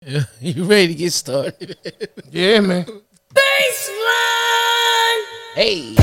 Yeah, you ready to get started? Yeah, man. hey.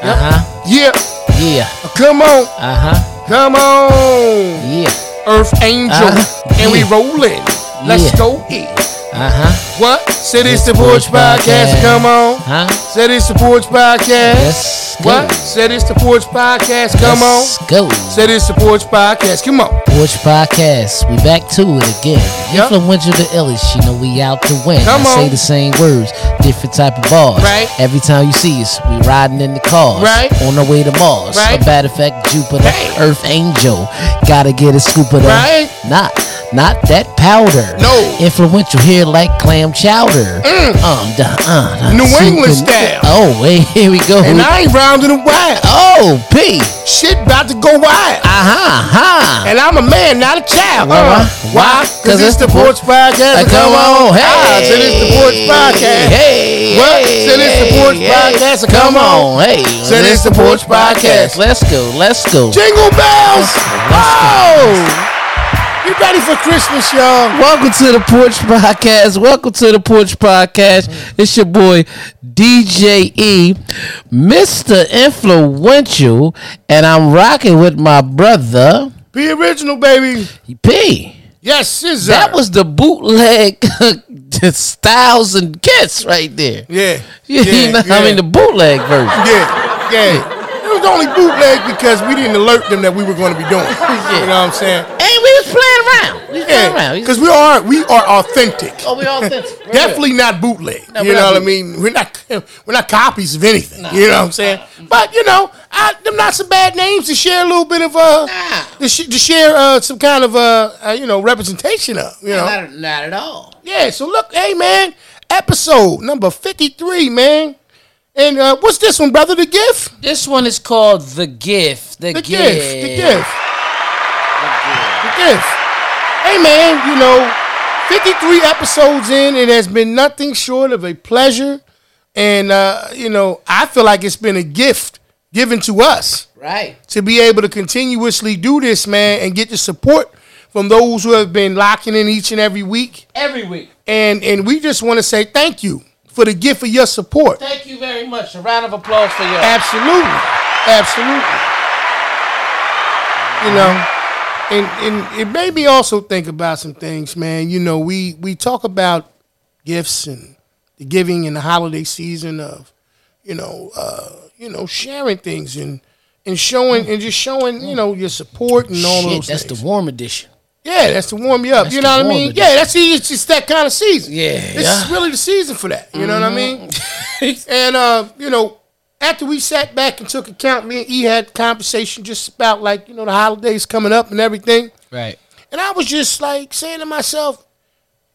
Uh huh. Yeah, Yeah. come on, Uh huh. come on, Yeah. Earth Angel, Uh-huh. and we Yeah. rolling. Let's Yeah. go in. Uh huh. What? City It's the Porch Porch Podcast. Podcast. Come on, Huh? City Porch Podcast. Let's go. What? City Porch Podcast. Come on, Let's go. City Porch Podcast. Come on, Porch Podcast. We back to it again. Yup. Influential to illest. You know we out to win. Come I say on. the same words, different type of bars. Right. Every time you see us, we riding in the cars. Right. On our way to Mars. Right. A bad effect, Jupiter, Hey. Earth Angel. Gotta get a scoop of that. Right. Not, not that powder. No. Mm. Influential here like clam chowder. Um, da, uh, da, New super- England style. Oh, wait, here we go. and I ain't rounding the wild. oh, P. Uh-huh, Shit about to go wild. Aha, ha. And I'm a man, not a child. Uh, Uh-huh. Why? why? Cause it's the Porch Podcast. come on, hey. Ah, so it's the Porch Podcast. Hey, What? Hey, Say this the Porch Podcast, so come on. Hey, Say this the Porch Podcast. Let's go. Let's go. Jingle bells! Oh! You ready for Christmas, y'all? Welcome to the Porch Podcast. Welcome to the Porch Podcast. It's your boy DJ E, Mr. Influential, and I'm rocking with my brother Be original, baby. P. Yes, uh, scissor. That was the bootleg Styles and Kiss right there. yeah, You know, I mean the bootleg version. yeah, yeah. It was only bootleg because we didn't alert them that we were going to be doing. it. You know what I'm saying? And we was playing around. We was playing Yeah, around. because we are we are authentic. oh, we all sensitive. Right. Definitely not bootleg. No, you we're know not what I mean? We're not we're not copies of anything. You know what I'm saying? But you know, I, them not some bad names to share a little bit of uh Nah. to, sh- to share uh some kind of uh, uh you know representation of you know. Not, not at all. Yeah, so look, hey man, episode number 53, man. And uh, what's this one, brother? The gift? This one is called The Gift. The, The gift. gift. The gift. The gift. Hey man, you know, 53 episodes in, it has been nothing short of a pleasure. And uh, you know, I feel like it's been a gift given to us Right. to be able to continuously do this, man, and get the support from those who have been locking in each and every week. Every week. And and we just want to say thank you for the gift of your support. Thank you very much. A round of applause for y'all. Absolutely. Absolutely. You know, and, Mm-hmm. and it made me also think about some things, man. You know, we, we talk about gifts and the giving in the holiday season of, you know, uh, you know, sharing things and and showing and just showing, you know, your support and Mm. all Shit, those that's things. the warm edition. yeah, that's to warm you up. That's you the know what I warm mean? edition. Yeah, that's it's, it's that kind of season. Yeah, it's yeah. Mm-hmm. really the season for that. You know what I mean? And uh, you know, after we sat back and took account, me and E had conversation just about like you know the holidays coming up and everything. right. And I was just like saying to myself,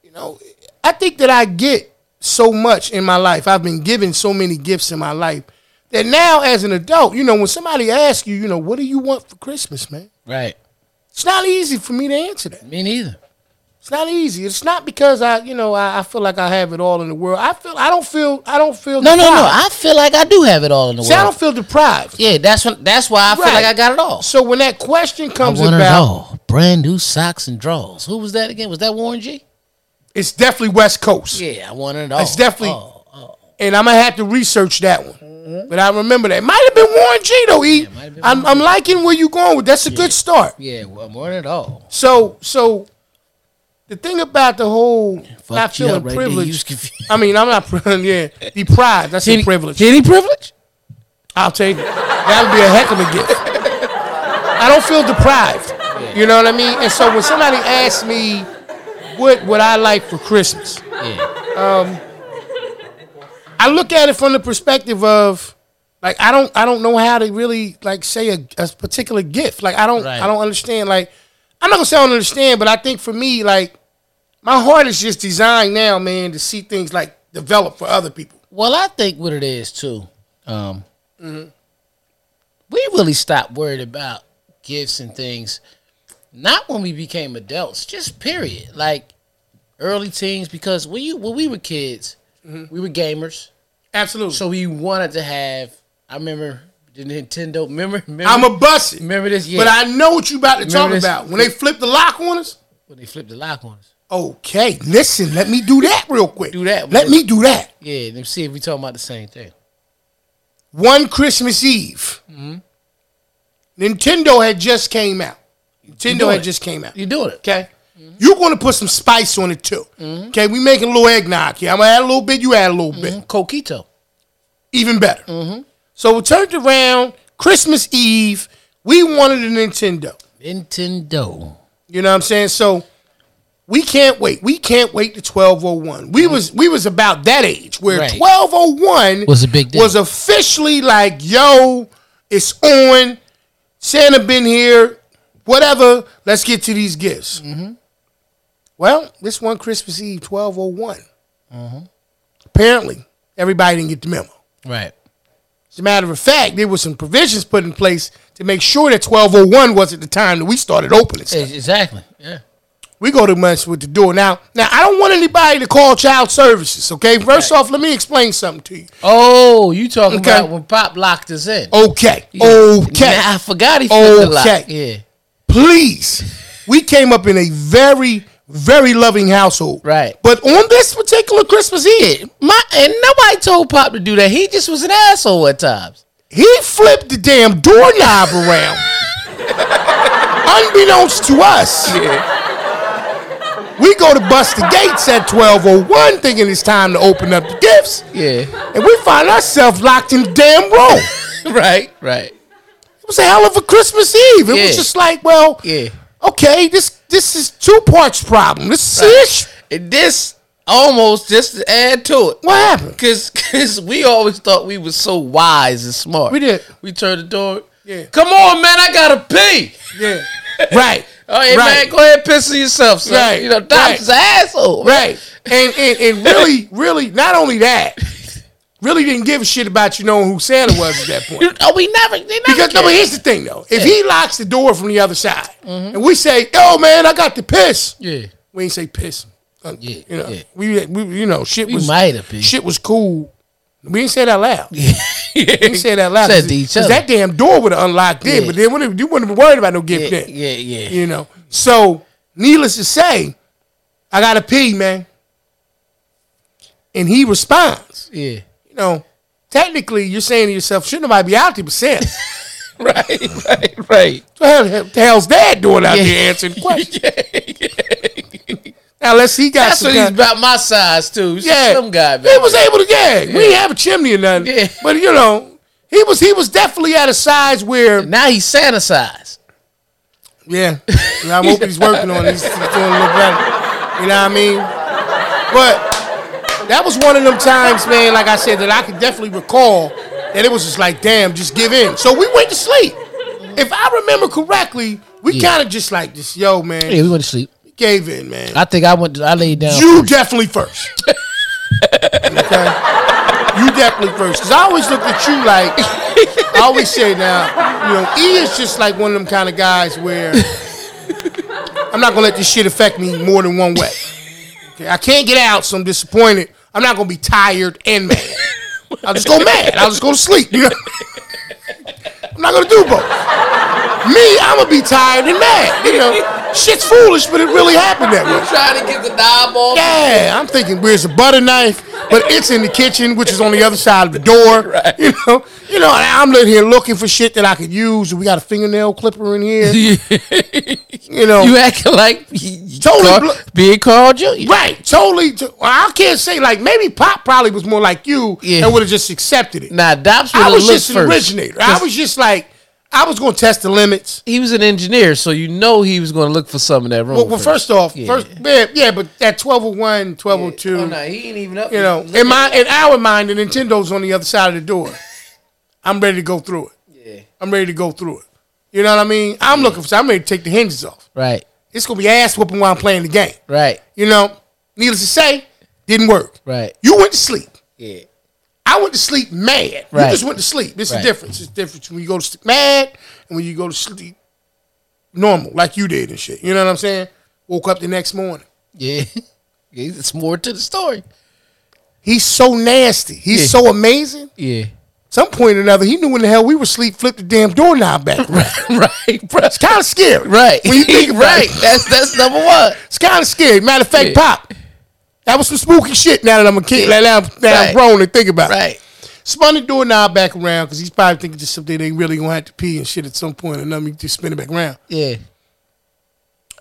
you know, I think that I get so much in my life. I've been given so many gifts in my life that now as an adult, you know, when somebody asks you, you know, what do you want for Christmas, man? Right. It's not easy for me to answer that. Me neither. It's not easy. It's not because I, you know, I, I feel like I have it all in the world. I feel I don't feel I don't feel No, no, no. deprived. I feel like I do have it all in the See, I world. don't feel deprived. Yeah, that's what. That's why I feel Right. like I got it all. So when that question I comes want it about, all. Brand new socks and drawers. Who was that again? Was that Warren G? it's definitely West Coast, Yeah, I want it all. It's definitely- Oh, oh. and I'm gonna have to research that one. But I remember that might have been Warren G though. E, might have been I'm, I'm liking where you going with. That's a good start. Yeah, well, I want it all. So so, the thing about the whole Fucked not you up feeling right there. You was privileged. confused. I mean, I'm not pri- yeah deprived. That's a privilege. Any privilege? I'll take it. That would be a heck of a gift. I don't feel deprived. You know what I mean? And so when somebody asks me, what would I like for Christmas? Yeah. I look at it from the perspective of like I don't I don't know how to really like say a, a particular gift. Like I don't Right. I don't understand. Like I'm not gonna say I don't understand, but I think for me like my heart is just designed now, man, to see things like develop for other people. Well, I think what it is too. Um, We really stopped worried about gifts and things, not when we became adults, just period. Like early teens, because when you when we were kids, we were gamers, Absolutely. So so we wanted to have. I remember the Nintendo. Remember, remember I'm a bust it, remember this. Yeah, but I know what you about to talk this- about when they flip the lock on us. when they flipped the lock on us. Okay, listen, let me do that real quick. Do that Let real- me do that. Yeah, let me see if we talking about the same thing. One Christmas Eve, Mm-hmm. Nintendo had just came out. Nintendo it. had just came out. You doing it? Okay. You're going to put some spice on it too. Mm-hmm. Okay, we making a little eggnog here. I'm gonna add a little bit. You add a little bit. Coquito. Even better. Mm-hmm. So we turned around Christmas Eve. We wanted a Nintendo. Nintendo. You know what I'm saying? So we can't wait. We can't wait to 1201. We was we was about that age where Mm-hmm. Right. 1201 Was a big deal. Was officially like, yo, it's on. Santa been here. Whatever. Let's get to these gifts. Mm-hmm. Well, this one Christmas Eve, 1201. Mm-hmm. Apparently, everybody didn't get the memo. Right. As a matter of fact, there was some provisions put in place to make sure that 1201 was at the time that we started opening. stuff. Exactly. Yeah. We go to mess with the door now. Now I don't want anybody to call child services. Okay, first off, let me explain something to you. Oh, you talking Okay. about when Pop locked us in? Okay, Yeah. okay. Nah, I forgot he flipped the lock. Okay. Yeah. Please, we came up in a very, very loving household. Right. But on this particular Christmas Eve, My and nobody told Pop to do that. He just was an asshole at times. he flipped the damn doorknob around, unbeknownst to us. We go to bust the gates at twelve oh one, thinking it's time to open up the gifts, Yeah. and we find ourselves locked in the damn room. right. Right. It was a hell of a Christmas Eve. It Yeah. was just like, well, Yeah. okay, this this is two parts problem. This is ish. And this almost just to add to it. What happened? Cause, cause we always thought we was so wise and smart. We did. We turned the door. Yeah. Come on, man, I gotta pee. Yeah. right. Oh, hey, man, Right. go ahead, piss on yourself, son. Right, You know, Doc's an asshole. man. Right. And, and and really, really, not only that, really didn't give a shit about you knowing who Santa was at that point. You- Oh, we never. They never Because no, cared. but here's the thing though. If he locks the door from the other side and we say, yo man, I got the piss. Mm-hmm. yeah. We ain't say piss. Uh, Yeah, you know, yeah. we, we you know shit We was might have been. shit was cool. We didn't say that loud. We didn't say that loud. Said 'cause to it- each 'cause other. That damn door would have unlocked then, Yeah. but then wouldn't- you wouldn't have worried about no gift yeah, then. yeah, yeah. You know. So needless to say, I gotta pee, man. And he responds, Yeah. you know, technically you're saying to yourself, shouldn't nobody be out there but Santa? Right, right, right. So hell, hell, the hell's dad doing out Yeah. there answering questions? Now let's he got That's some what he's kind- about my size too. He's yeah. Yeah, a slim guy, man. He was able to. Yeah, we didn't have a chimney or nothing. Yeah. but you know, he was he was definitely at a size where. now he's Santa size. Yeah, And I'm hoping he's working on it. He's he's doing a little better. You know what I mean? But that was one of them times, man. Like I said, that I could definitely recall that it was just like, damn, just give in. So we went to sleep. If I remember correctly, we Yeah. kind of just like this, yo, man, Yeah, we went to sleep. we gave in, man. I think I went. I laid down. You definitely first. okay? You definitely first. Because I always look at you like, I always say now, you know, E is just like one of them kind of guys where I'm not going to let this shit affect me more than one way. Okay? I can't get out, so I'm disappointed. I'm not going to be tired and mad. I'll just go mad. I'll just go to sleep. You know? I'm not going to do both. Me, I'm going to be tired and mad. You know, shit's foolish, but it really happened that way. trying to get the knob off. Yeah, I'm thinking where's the butter knife, but it's in the kitchen, which is on the other side of the door. You know, you know, and I'm looking here looking for shit that I could use. We got a fingernail clipper in here. You know, You acting like you, you Totally Carl- blo- being Carl Jr. right? Totally. to- I can't say like maybe Pop probably was more like you Yeah. and would have just accepted it. Nah, Dobbs would I have was looked just an first. originator. I was just like I was going to test the limits. He was an engineer, so you know he was going to look for some in that room. Well, well first off, Yeah. first yeah, yeah, but that 1201, 1202. oh, nah, he ain't even up. You know, in my in our mind, the Nintendo's on the other side of the door. I'm ready to go through it. Yeah. I'm ready to go through it. You know what I mean? I'm looking for. I'm ready to take the hinges off. Right, It's gonna be ass whooping while I'm playing the game. right, You know, needless to say, didn't work. right. You went to sleep. Yeah, I went to sleep mad. Right. You just went to sleep. It's Right. the difference. It's the difference when you go to sleep mad and when you go to sleep normal, like you did and shit. You know what I'm saying? Woke up the next morning. yeah. It's more to the story. He's so nasty. He's Yeah. so amazing. Yeah, some point or another, he knew when the hell we were asleep, flipped the damn doorknob back around. right, bro. It's kind of scary. Right. When you think about right. it. That's that's number one. It's kind of scary. Matter of fact, Yeah. Pop, that was some spooky shit now that I'm a kid. Yeah. Now, now, now Right. I'm grown and think about it. Right. Spun the doorknob back around because he's probably thinking just something they really going to have to pee and shit at some point or nothing. He just spin it back around. Yeah.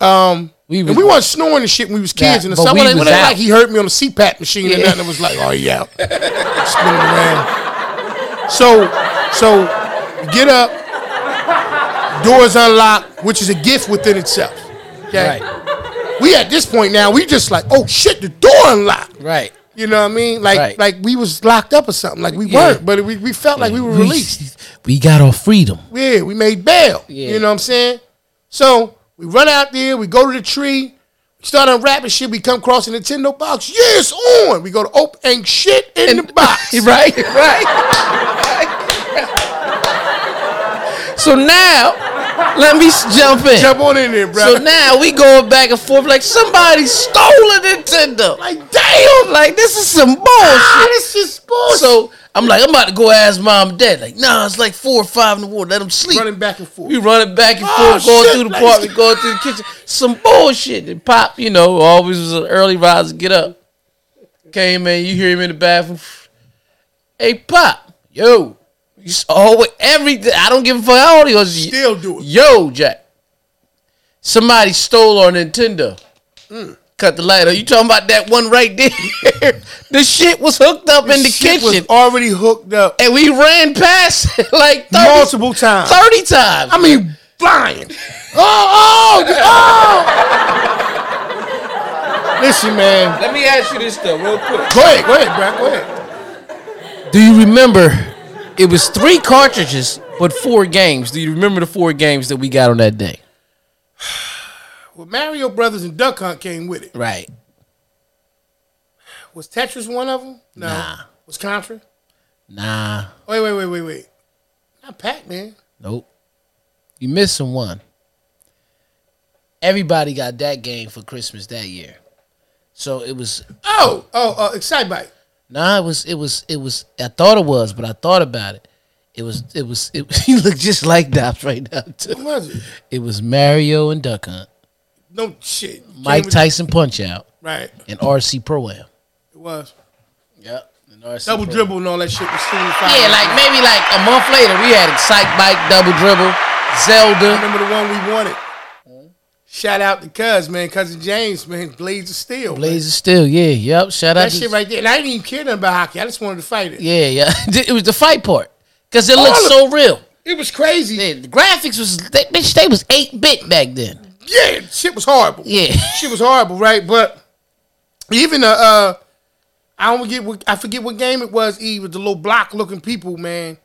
Um, We and was- we wasn't snoring and shit when we was kids. Nah, and but so we when I- when was I- out. like he hurt me on the CPAP machine and Yeah. nothing. It was like, oh, he out. Spinning around. So, so get up. Doors unlocked, which is a gift within itself. Okay. Right. We at this point now, we just like, oh shit, the door unlocked. Right. You know what I mean? Like, Right. like we was locked up or something. Like we Yeah. weren't, but we, we felt like we were released. We, we got our freedom. Yeah, we made bail. Yeah. You know what I'm saying? So we run out there, we go to the tree, we start unwrapping shit, we come across a Nintendo box. Yeah, it's on. We go to open ain't shit in the box. Right. Right. so now, let me s- jump in. Jump on in there, bro. so now we going back and forth like somebody stole a Nintendo. like, damn, like Like this is some bullshit. ah, this is bullshit. Oh, So I'm like, I'm about to go ask mom and dad. Like, nah, it's like four or five in the morning. Let them sleep. running back and forth. We running back and Oh, forth, going shit, through the like- apartment, going through the kitchen. Some bullshit. And Pop, you know, always was an early riser. Get up. Came in, you hear him in the bathroom. Hey, Pop, yo. You s- always, every day, I don't give a fuck how old he was. Still do it. Yo, Jack. Somebody stole our Nintendo. Mm. Cut the light. Are you talking about that one right there? the shit was hooked up in the Shit kitchen. was already hooked up and we ran past it like 30, multiple times. 30 times. I mean, flying. Oh, oh, oh. Listen, man. Let me ask you this though, real quick. Go ahead, go ahead, bro. Go ahead. Do you remember? It was three cartridges, but four games. Do you remember the four games that we got on that day? Well, Mario Brothers and Duck Hunt came with it. Right. Was Tetris one of them? No. Nah. Was Contra? Nah. Wait, wait, wait, wait, wait. Not Pac Man. Nope. You missing one. Everybody got that game for Christmas that year. So it was Oh, oh, uh, Excitebike. nah, it was it was it was I thought it was, but I thought about it. It was it was it you look just like Dobbs right now What too. was it? It was Mario and Duck Hunt, No shit. Can't Mike even- Tyson Punch Out, Right. and RC Pro Am. It was. Yep. and RC Double Pro-Am. dribble and all that shit was still Yeah, like maybe like a month later, we had Excite Bike, Double Dribble, Zelda. Remember the one we wanted? Shout out to Cuz, man. Cousin James, man. Blades of Steel. man. Blaze is still, yeah, yep. Shout out That to shit right there. And I didn't even care nothing about hockey. I just wanted to fight it. yeah, yeah. It was the fight part because it All looked of- so real. It was crazy. Yeah, the graphics was they, bitch, they was eight bit back then. Yeah, shit was horrible. Yeah. shit was horrible, right? But even uh, uh I don't get what I forget what game it was. E with the little block looking people, man.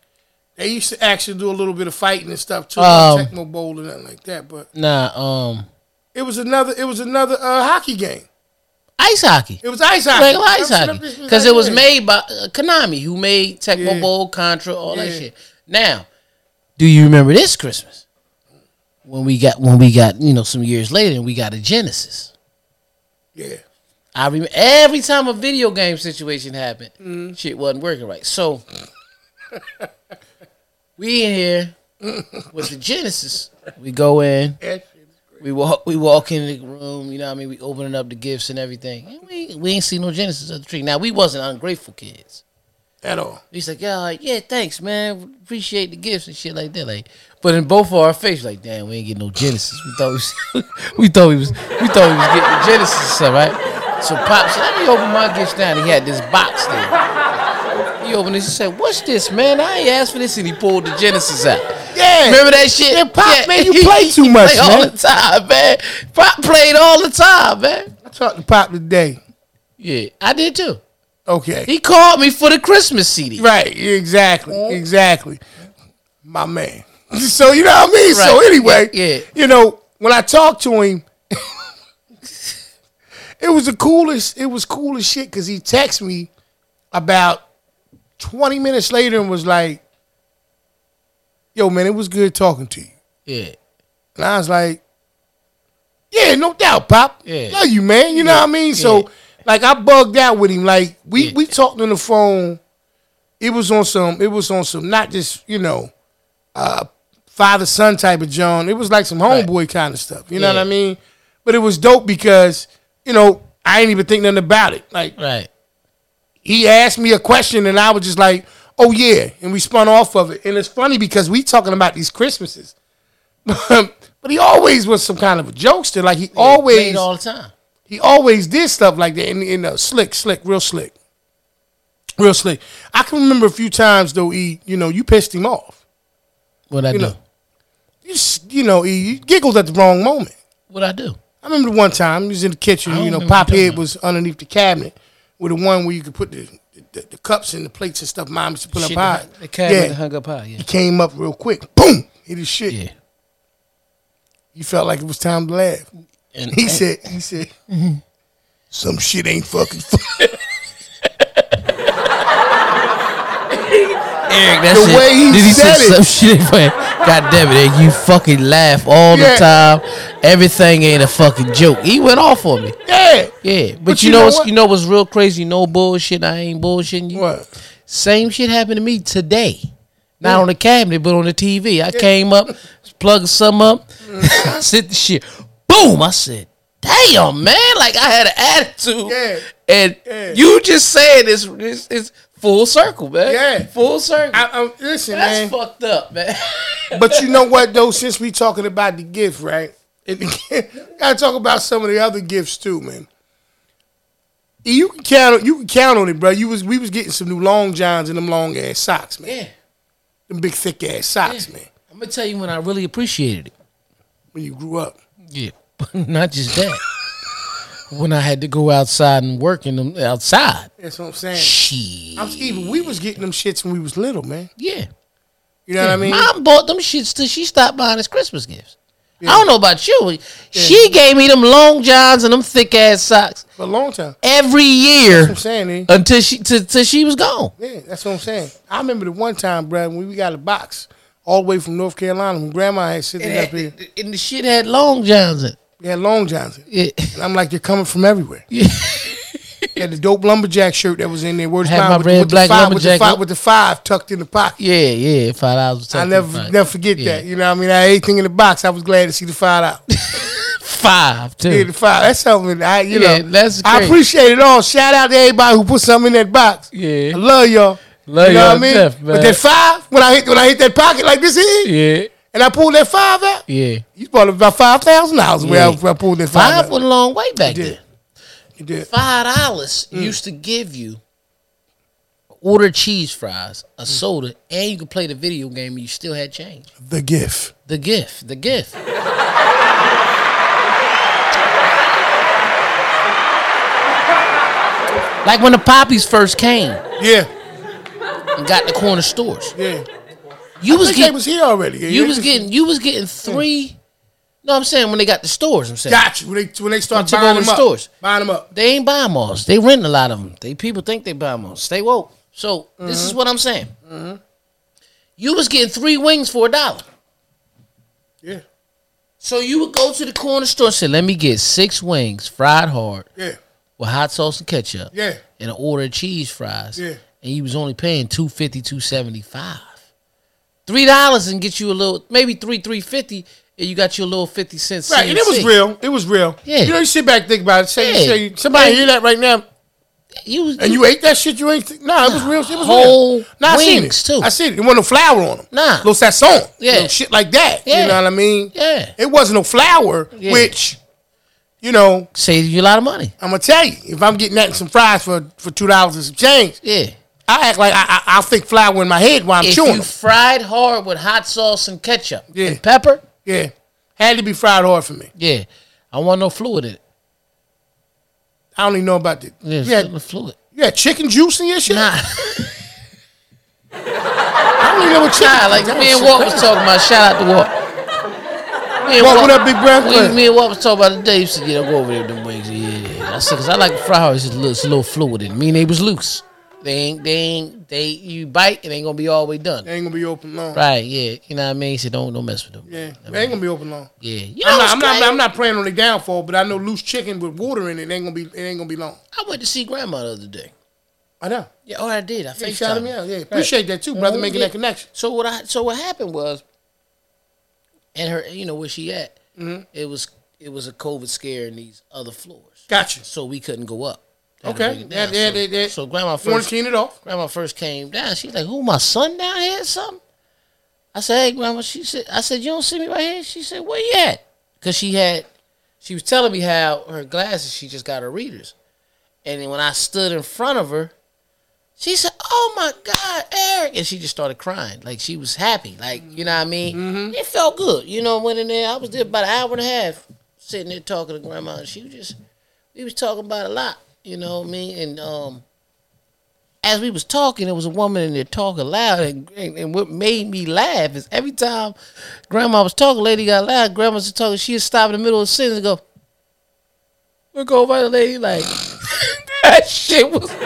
They used to actually do a little bit of fighting and stuff too, Um, like Tecmo Bowl and nothing like that. But Nah, um, it was another, it was another uh, hockey game. ice hockey. It was ice hockey. Regular ice I hockey remember this because it was ice made by uh, Konami, who made Tecmo Yeah. Bowl, Contra, all that Yeah. shit. Now, do you remember this Christmas when we got when we got you know some years later and we got a Genesis? hockey. Yeah, I remember every time a video game situation happened, Mm-hmm. shit wasn't working right. So we in here with the Genesis. We go in, That shit is great. we walk, we walk in the room. You know, what I mean, we opening up the gifts and everything. And we we ain't seen no Genesis of the tree. Now we wasn't ungrateful kids. at all. He's like, yeah, like, yeah, thanks, man. Appreciate the gifts and shit like that. Like, but in both of our faces, like, damn, we ain't getting no Genesis. We thought we, was, we thought we was, we thought we was getting the Genesis and stuff, right? So Pop said, let me open my gifts down. He had this box there. He opened this and said, what's this, man? I ain't asked for this, and he pulled the Genesis out. Yeah, Remember that shit? Yeah, Pop, man, you play too much, played all man. the time, man. Pop played all the time, man. I talked to Pop today. Yeah, I did too. Okay, He called me for the Christmas CD. Right, exactly, Mm-hmm. exactly. My man. So you know what I mean? So Right, anyway, yeah, yeah. you know, when I talked to him, it was the coolest, it was cool as shit because he texted me about 20 minutes later and was like, Yo, man, it was good talking to you. Yeah. And I was like, Yeah, no doubt, Pop. Yeah. Love you, man. You know what I mean? So yeah. like I bugged out with him. Like we Yeah. we talked on the phone. it was on some it was on some not just you know uh father son type of john it was like some homeboy kind of stuff you know Yeah. what i mean but it was dope because you know i ain't even think nothing about it like Right. he asked me a question and I was just like, oh yeah. And we spun off of it. And it's funny because we talking about these Christmases. but he always was some kind of a jokester. Like he always Played all the time. he always did stuff like that. And, and uh, slick, slick, real slick. Real slick. I can remember a few times though, E, you know, you pissed him off. What I You do? know. You, s- you know, E, you giggled at the wrong moment. What I do? I remember the one time he was in the kitchen. don't You know, remember what Pop you're talking Head was underneath the cabinet with the one where you could put the the, the cups and the plates and stuff. Mom used to put Shit, up high. the cabinet yeah, hung up high. Yeah. he came up real quick. Boom, hit his shit. Yeah. You felt like it was time to laugh. And Mm-hmm. He said, he said, some shit ain't fucking funny. Eric, that The shit. way he did he said say it. some shit? man? God damn it! Eric, You fucking laugh all Yeah. the time. Everything ain't a fucking joke. He went off on me. yeah. Yeah, but, you, know, what's, what? you know what's real crazy? No bullshit. I ain't bullshitting you. What? Same shit happened to me today. Not on the cabinet, but on the TV. I came up, plugged some up, Mm. sit the shit. Boom! I said, "Damn, man!" Like I had an attitude, Yeah. and Yeah. you just saying this, this is full circle, man. Yeah. full circle. I, I'm, listen, man. That's fucked up, man. But you know what though? Since we talking about the gift, right? And gotta talk about some of the other gifts too, man. You can count. on- You can count on it, bro. You was we was getting some new long johns and them long ass socks, man. yeah, Them big thick ass socks, man. I'm gonna tell you when I really appreciated it. When you grew up, Yeah, but not just that. when I had to go outside and work in them outside, that's what I'm saying. shit. I'm even. We was getting them shits when we was little, man. Yeah. You know what I mean? Mom bought them shits till she stopped buying us Christmas gifts. I don't know about you. She gave me them long johns and them thick ass socks For a long time. every I'm year saying it. until she till, till she was gone. Yeah, that's what I'm saying. I remember the one time, bro, when we got a box all the way from North Carolina when Grandma had sitting up here. And, the shit had long johns in We had long johns. in it. it. And I'm like, you're coming from everywhere. Yeah. Yeah, the dope lumberjack shirt that was in there. Where's I had mine my with, red the, with, black the five, with the lumberjack five look. with the five tucked in the pocket. Yeah, yeah, five dollars. was I something never like- never forget Yeah. that. You know what I mean? I had anything in the box. I was glad to see the five out. Five too. yeah, the five. That's something I you Yeah, know. that's I great. appreciate it all. Shout out to everybody who put something in that box. Yeah. I love y'all. Love you know y'all what I mean? death, but man. that five, when I hit when I hit that pocket like this here, yeah, and I pulled that five out, yeah. you bought about five thousand dollars where I, Yeah. where I pulled that five, Five out. went a long way back did. then. You did. Five dollars Mm. used to give you order cheese fries, Mm. a soda, and you could play the video game and you still had change. The gift. The gift, the gift. like when the poppies first came Yeah, and got the corner stores. yeah. You was I think they getting was Hmm. here already. Yeah, you they was just- getting you was getting three No, I'm saying when they got the stores, I'm saying. Got you. When they when they start They took buying over them the up, stores. buying them up. They ain't buy malls. They renting a lot of them. They people think they buy malls. Stay woke. So this Mm-hmm. is what I'm saying. You was getting three wings for a dollar. Yeah, So you would go to the corner store and say, "Let me get six wings, fried hard yeah, with hot sauce and ketchup, yeah. and an order of cheese fries." Yeah. And you was only paying two fifty, two seventy five, three dollars, and get you a little maybe three three fifty, and you got your little fifty cents. Right, and it was real. It was real. Yeah. You know, you sit back and think about it. Say, Yeah. say somebody Yeah. hear that right now, You was and you ate that shit. You ain't. Th- nah, it was real. It was Whole real. Nah, I seen it. wings, too. I seen it. It wasn't no flour on them. Nah. no sazon. Yeah. no shit like that. Yeah. You know what I mean? yeah, It wasn't no flour, Yeah. which, you know, saved you a lot of money. I'm gonna tell you, if I'm getting that and some fries for for two dollars and some change, Yeah. I act like I I, I think flour in my head while I'm if chewing. you them. fried hard with hot sauce and ketchup Yeah. and pepper, Yeah, had to be fried hard for me. yeah, I want no fluid in it. I don't even know about that. Yeah, Yeah, it's you, had, still the fluid. you had chicken juice in your shit? Nah, I don't even know what chicken nah, like That me and shit Walt was crazy. talking about. Shout out to Walt. Me and Walt, Walt- what up, big breath? we- me and Walt was talking about the day. He said, "Yeah, go over there with them wings." Yeah, yeah. yeah. I said, "Cause I like to fry hard. It's just a little, it's a little fluid in it. Me and they was loose. They ain't, they ain't, they. You bite, it ain't gonna be all the way done. They ain't gonna be open long. Right? Yeah, you know what I mean. He said, "Don't, don't mess with them." Yeah, they ain't gonna be open long. Yeah, you know I'm what's not, I'm, not, crazy? I'm not praying on the downfall, but I know loose chicken with water in it ain't gonna be it ain't gonna be long. I went to see grandma the other day. I know. Yeah, oh, I did. I Hey, FaceTimed. shout him out. Yeah, appreciate that too, brother, Mhm, making yeah. that connection. So what I so what happened was, and her, you know where she at? Mm-hmm. It was it was a COVID scare in these other floors, Gotcha. so we couldn't go up. They had to Okay. bring it Yeah, down. yeah, so, yeah, yeah. so grandma first Quarantine it off. grandma first came down. She's like, "Who my son down here or something?" I said, "Hey, grandma." She said, "I said you don't see me right here." She said, "Where you at?" Because she had, she was telling me how her glasses. She just got her readers, and then when I stood in front of her, she said, "Oh my God, Eric!" And she just started crying, like she was happy, like you know what I mean. It felt good, you know. Went in there. I was there about an hour and a half, sitting there talking to grandma, and she was just, we was talking about a lot, you know what I mean, and um as we was talking, there was a woman in there talking loud, and, and, and what made me laugh is every time Grandma was talking, lady got loud. Grandma was talking, she'd stop in the middle of a sentence and go, "Look over the lady like." That shit was You know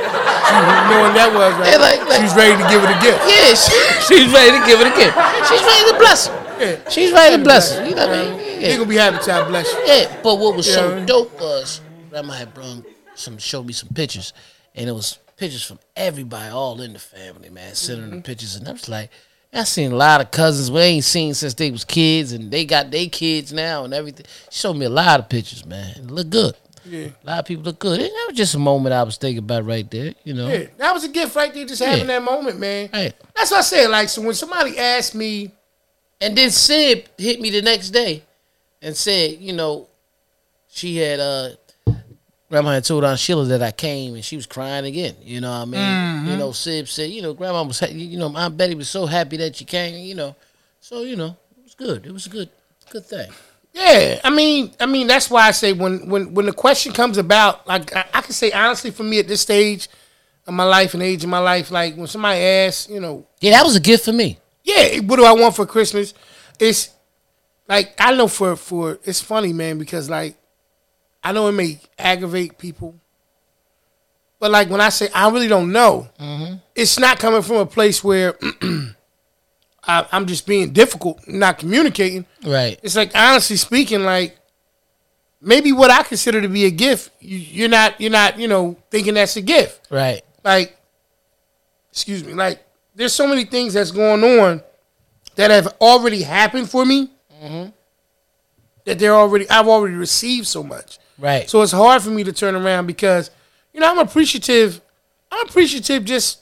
what that was, right? and like, like She's ready to give it a gift. yeah, she, she's ready to give it a gift. She's ready to bless her. Yeah. She's ready to bless her. You know what I mean? They Yeah. gonna be happy, child. Bless you. Yeah, but what was Yeah. so dope was Grandma had brung some showed me some pictures, and it was pictures from everybody, all in the family, man, sending Mm-hmm. the pictures, and I was like, I seen a lot of cousins we ain't seen since they was kids, and they got their kids now and everything. She showed me a lot of pictures, man. It looked good. Yeah. A lot of people look good. And that was just a moment I was thinking about right there, you know. Yeah, that was a gift right there, just having that moment, man. Right. That's what I said. Like, so when somebody asked me, And then Sib hit me the next day and said, you know, she had uh grandma had told Aunt Sheila that I came and she was crying again. You know what I mean? You know, Sib said, you know, grandma was ha- you know, Aunt Betty was so happy that you came, you know. So, you know, it was good. It was a good good thing. yeah, I mean, I mean, that's why I say when when when the question comes about, like, I, I can say honestly, for me at this stage of my life and age of my life, like when somebody asks, you know, Yeah, that was a gift for me. yeah, what do I want for Christmas? It's like I know for for it's funny, man, because like I know it may aggravate people, but like when I say I really don't know, it's not coming from a place where I, I'm just being difficult, not communicating. Right. It's like honestly speaking, like maybe what I consider to be a gift, you, you're not, you're not, you know, thinking that's a gift Right. like excuse me like there's so many things that's going on that have already happened for me Mm-hmm. that they're already i've already received so much Right. so it's hard for me to turn around because you know i'm appreciative i'm appreciative just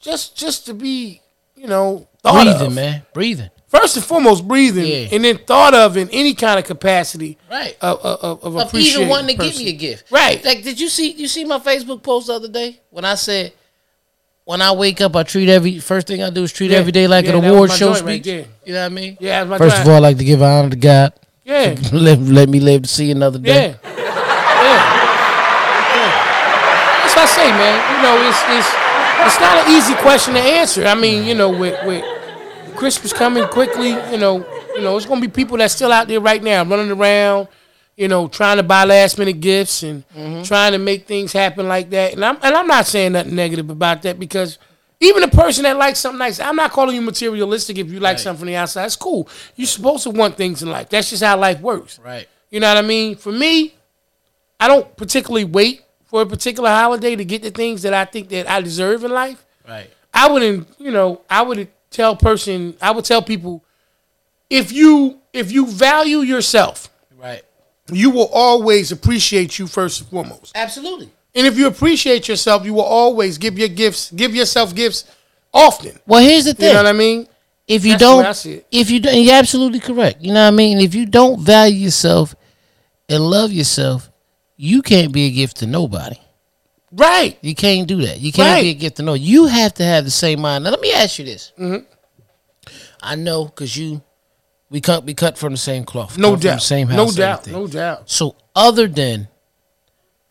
just just to be you know thought breathing, of. man. Breathing. first and foremost breathing Yeah. and then thought of in any kind of capacity Right. of, of, of, of of even appreciating wanting to the give me a gift. Right. Like, did you see you see my Facebook post the other day when I said when I wake up I treat every first thing I do is treat Yeah. every day like Yeah, an that was award my show joint right speech. there. you know what I mean? yeah that's my First drive. of all, I like to give honor to God. yeah Let, let me live to see another day. Yeah. yeah. yeah. That's what I say, man. You know, it's it's it's not an easy question to answer. I mean, you know, with with Christmas coming quickly, you know, you know, it's gonna be people that's still out there right now running around, you know, trying to buy last minute gifts and trying to make things happen like that. And I'm and I'm not saying nothing negative about that because even a person that likes something nice, I'm not calling you materialistic if you like something from the outside. It's cool. You're supposed to want things in life. That's just how life works. Right. You know what I mean? For me, I don't particularly wait for a particular holiday to get the things that I think that I deserve in life. Right. I wouldn't, you know, I would tell person, I would tell people, if you if you value yourself, Right. you will always appreciate you first and foremost. Absolutely. And if you appreciate yourself, you will always give your gifts, give yourself gifts often. Well, here's the You thing. know what I mean? If you That's the way I see don't, it. if you don't, you're absolutely correct. You know what I mean? If you don't value yourself and love yourself, you can't be a gift to nobody. Right. You can't do that. You can't Right. be a gift to know. You have to have the same mind. Now let me ask you this. Mm-hmm. I know because you, we cut we cut from the same cloth. No come from the doubt. Same house. no doubt. everything. No doubt. So other than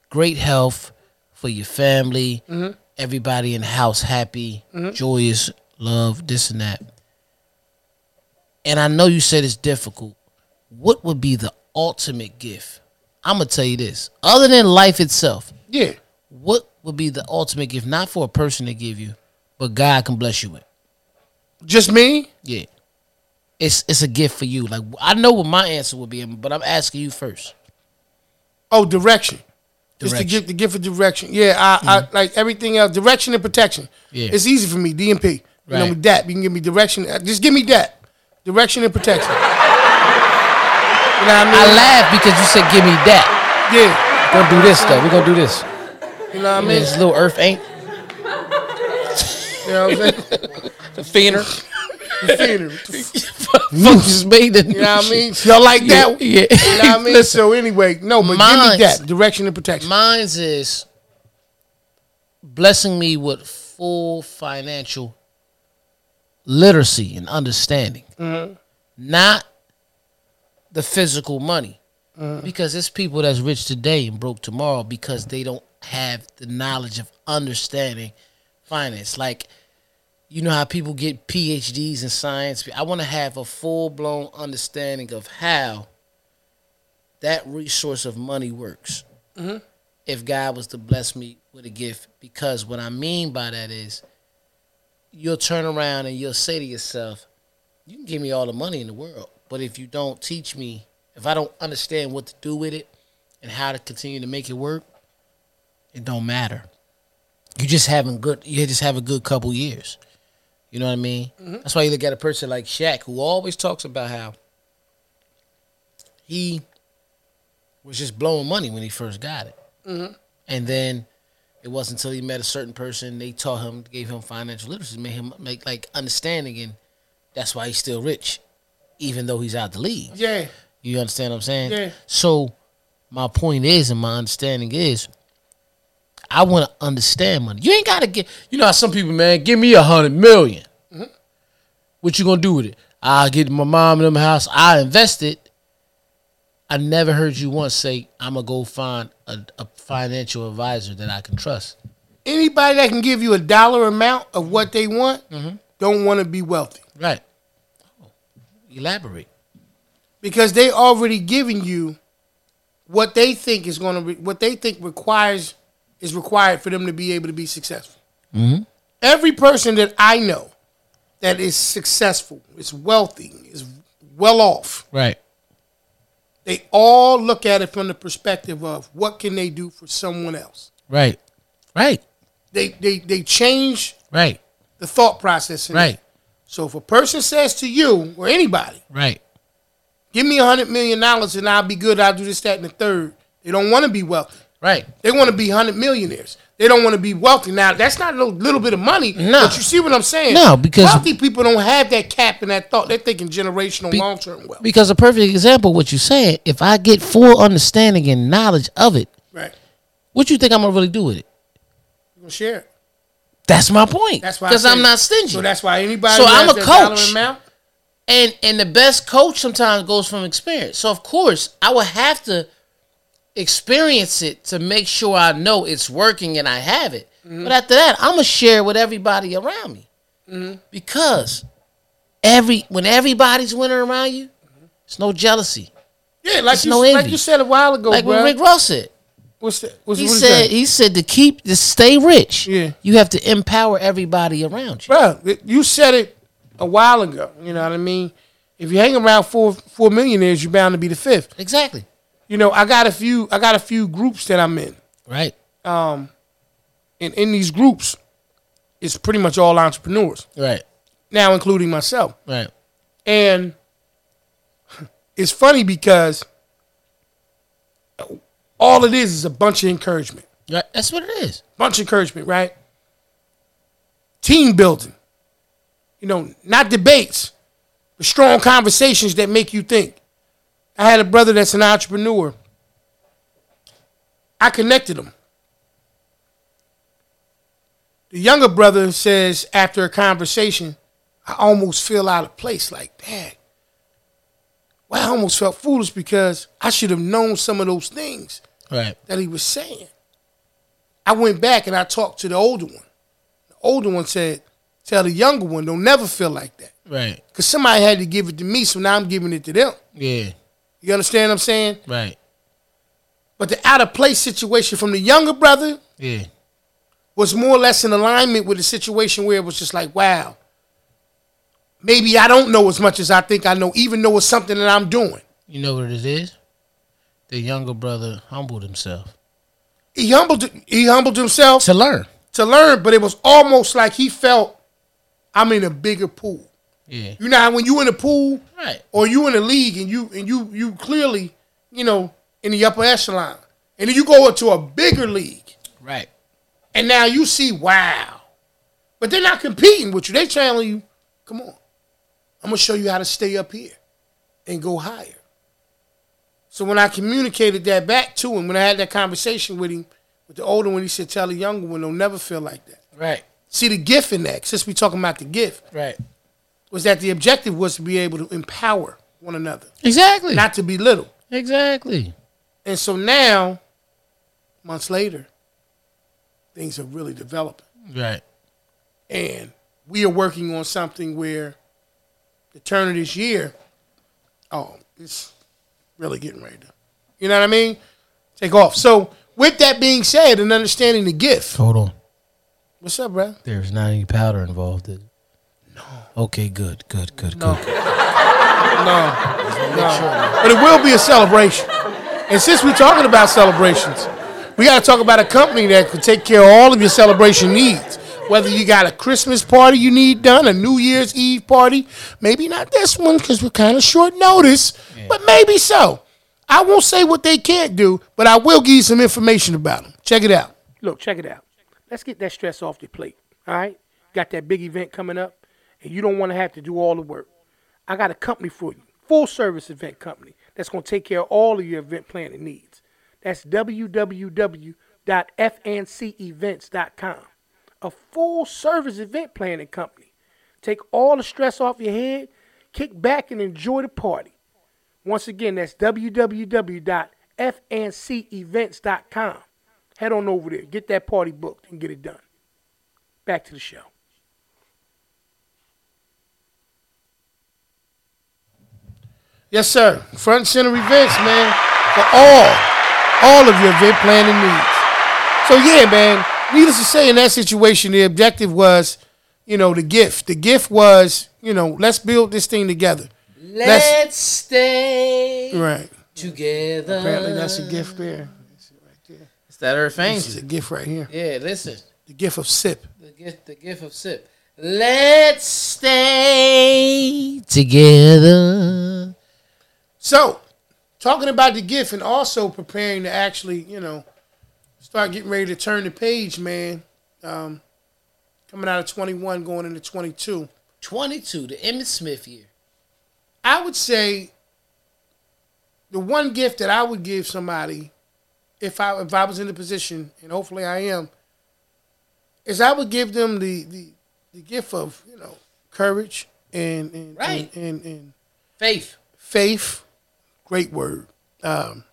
great health for your family, Mm-hmm. everybody in the house happy, joyous, love, this and that. And I know you said it's difficult. What would be the ultimate gift? I'm gonna tell you this. Other than life itself, Yeah. what would be the ultimate gift? Not for a person to give you, but God can bless you with. Just me? Yeah. It's it's a gift for you. Like I know what my answer would be, but I'm asking you first. Oh, direction. Just to Direction. Mm-hmm. give the gift of direction. Yeah, I, I like everything else. Direction and protection. Yeah. It's easy for me, DMP. You know, Right. with that, you can give me direction. Uh, Just give me that. Direction and protection. you know what I mean? I laugh because you said, "Give me that." yeah. We're gonna do this though. We're gonna do this. You know what I Man, mean? this little Earth ain't You know what I'm saying? the fiender. You feel me? What the f- Folks just made the You know what I mean? Y'all like that? Yeah. You know what I mean? Listen. so anyway, no, but give Mine's- me that. Direction and protection. Mine's is blessing me with full financial literacy and understanding, not the physical money. Because it's people that's rich today and broke tomorrow because they don't have the knowledge of understanding finance. Like, you know how people get PhDs in science. I want to have a full blown understanding of how that resource of money works if God was to bless me with a gift. Because what I mean by that is, you'll turn around and you'll say to yourself, You can give me all the money in the world, but if you don't teach me, if I don't understand what to do with it and how to continue to make it work, it don't matter. You just having good. You just have a good couple years. You know what I mean? That's why you look at a person like Shaq, who always talks about how he was just blowing money when he first got it. And then it wasn't until he met a certain person they taught him, gave him financial literacy, made him make like understanding, and that's why he's still rich, even though he's out the league. Yeah. You understand what I'm saying? Yeah. So my point is, and my understanding is, I want to understand money. You ain't gotta get. You know how some people, man, give me a hundred million. What you gonna do with it? I get my mom in them house. I invest it. I never heard you once say, "I'm gonna go find a, a financial advisor that I can trust." Anybody that can give you a dollar amount of what they want Mm-hmm. don't want to be wealthy. Right? Oh, Elaborate. because they already giving you what they think is going to re- what they think requires is required for them to be able to be successful. Every person that I know that is successful, is wealthy, is well off, Right. they all look at it from the perspective of what can they do for someone else. Right. Right. They they they change Right. the thought process. in it. Right. So if a person says to you or anybody, Right. "Give me a hundred million dollars and I'll be good. I'll do this, that, and the third. They don't want to be wealthy. Right. They want to be hundred millionaires. They don't want to be wealthy. Now that's not a little- little bit of money. No. But you see what I'm saying? No, because- wealthy people don't have that cap and that thought. They're thinking generational, long term wealth. Because a perfect example of what you're saying, if I get full understanding and knowledge of it, right. what you think I'm gonna really do with it? You gonna share? it. That's my point. That's why. I because said- I'm not stingy. So that's why anybody. So who I'm has a that dollar coach. Amount, and and the best coach sometimes goes from experience. So of course I would have to experience it to make sure I know it's working and I have it. Mm-hmm. But after that, I'm gonna share with everybody around me Mm-hmm. because every when everybody's winning around you, it's no jealousy. yeah, like It's you, no like envy. you said a while ago, Like bro. what Rick Ross said. what's that? What's, He what is said that? he said to keep to stay rich, Yeah. you have to empower everybody around you. bro, it- you said it a while ago. You know what I mean? If you hang around four four millionaires, you're bound to be the fifth. Exactly. You know, I got a few. I got a few groups that I'm in. Right. um, and in these groups, it's pretty much all entrepreneurs Right. now, including myself. Right. And it's funny because all it is is a bunch of encouragement, Right. That's what it is. bunch of encouragement, right? Team building, you know, not debates, but strong conversations that make you think. I had a brother that's an entrepreneur. I connected him. The younger brother says after a conversation, I almost feel out of place. Like, dang, well, I almost felt foolish because I should have known some of those things Right. that he was saying. I went back and I talked to the older one. The older one said, Tell the younger one, don't never feel like that. Right. Because somebody had to give it to me, so now I'm giving it to them. Yeah. You understand what I'm saying? Right. But the out of place situation from the younger brother Yeah. was more or less in alignment with the situation where it was just like, wow, maybe I don't know as much as I think I know, even though it's something that I'm doing. You know what it is? The younger brother humbled himself he humbled he humbled himself to learn. to learn, but it was almost like he felt I'm in a bigger pool. Yeah. You know how when you in a pool Right. or you in a league and you and you you clearly, you know, in the upper echelon. And then you go into a bigger league Right. and now you see wow. But they're not competing with you. They telling you, come on, I'm gonna show you how to stay up here and go higher. So when I communicated that back to him, when I had that conversation with him, with the older one, he said, Tell the younger one, they'll never feel like that. Right. See the gift in that, since we talking about the gift, Right. was that the objective was to be able to empower one another, Exactly. not to belittle. exactly. And so now, months later, things are really developing. Right. And we are working on something where the turn of this year, oh, it's really getting ready to, you know what I mean? Take off. So, with that being said and understanding the gift, Hold on. what's up, bro? There's not any powder involved. Is No. Okay, good, good, good, good. No, no. But it will be a celebration. And since we're talking about celebrations, we got to talk about a company that could take care of all of your celebration needs. Whether you got a Christmas party you need done, a New Year's Eve party, maybe not this one because we're kind of short notice, but maybe so. I won't say what they can't do, but I will give you some information about them. Check it out. Look, check it out. Let's get that stress off your plate. All right? Got that big event coming up, and you don't want to have to do all the work. I got a company for you, full service event company that's going to take care of all of your event planning needs. That's www.fncevents.com, a full service event planning company. Take all the stress off your head, kick back, and enjoy the party. Once again, that's www.fncevents.com. Head on over there, get that party booked, and get it done. Back to the show. Yes, sir. Front and center events, man, for all, all of your event planning needs. So yeah, man. Needless to say, in that situation, the objective was, you know, the gift. The gift was, you know, let's build this thing together. Let's, stay Right. together. Apparently, that's a gift there. It's that Earth It's a gift right here. Yeah, listen. The gift of sip. The gift, the gift of sip. Let's stay together. So, talking about the gift and also preparing to actually, you know, start getting ready to turn the page, man. Um, coming out of 21, going into 22. 22, the Emmett Smith year. I would say the one gift that I would give somebody if I if I was in the position, and hopefully I am, is I would give them the the, the gift of, you know, courage and and, Right. and, and, and Faith. faith, great word. Um,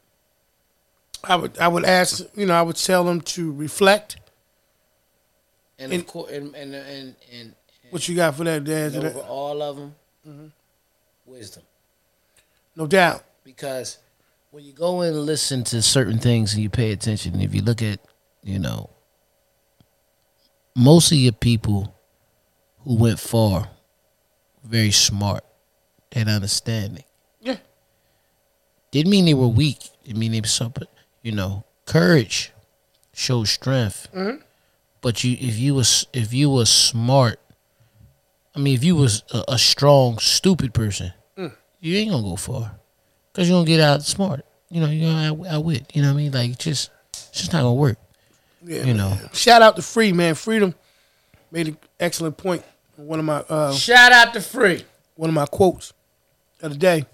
I would I would ask, you know, I would tell them to reflect And of course, and, and, and, and, what you got for that dad. and over all of them, wisdom. No doubt. because when you go and listen to certain things and you pay attention, if you look at, you know, most of your people who went far, very smart and understanding. Yeah. Didn't mean they were weak. It mean they were so, you know, courage shows strength. But you, if you was, if you was smart, I mean, if you was a, a strong, stupid person, you ain't gonna go far because you're gonna get out smart. You know, you're gonna out, outwit. You know what I mean? Like, just, it's just not gonna work. Yeah. You know. Shout out to Free, man. Freedom made an excellent point in one of my uh, Shout out to Free. one of my quotes of the day.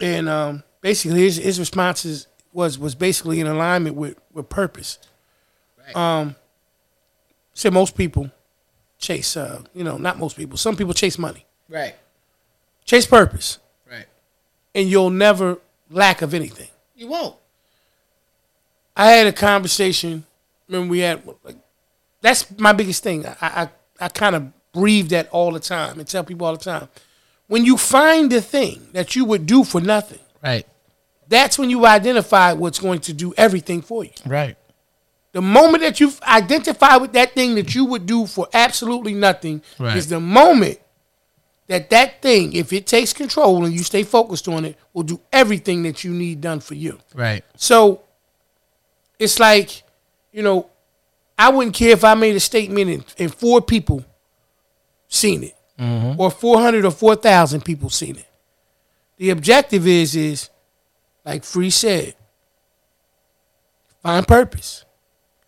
And um, basically his his responses was was basically in alignment with, with purpose. Right. Um said most people chase uh, you know, not most people, some people chase money. Right. Chase purpose. Right. and you'll never lack of anything. You won't. I had a conversation when we had like that's my biggest thing. I I, I kind of breathe that all the time and tell people all the time. When you find the thing that you would do for nothing, Right. that's when you identify what's going to do everything for you. Right. The moment that you identify with that thing that you would do for absolutely nothing Right. is the moment that that thing, if it takes control and you stay focused on it, will do everything that you need done for you. Right. So it's like, you know, I wouldn't care if I made a statement and, and four people seen it, Mm-hmm. or four hundred or four thousand people seen it. The objective is is like Free said, find purpose,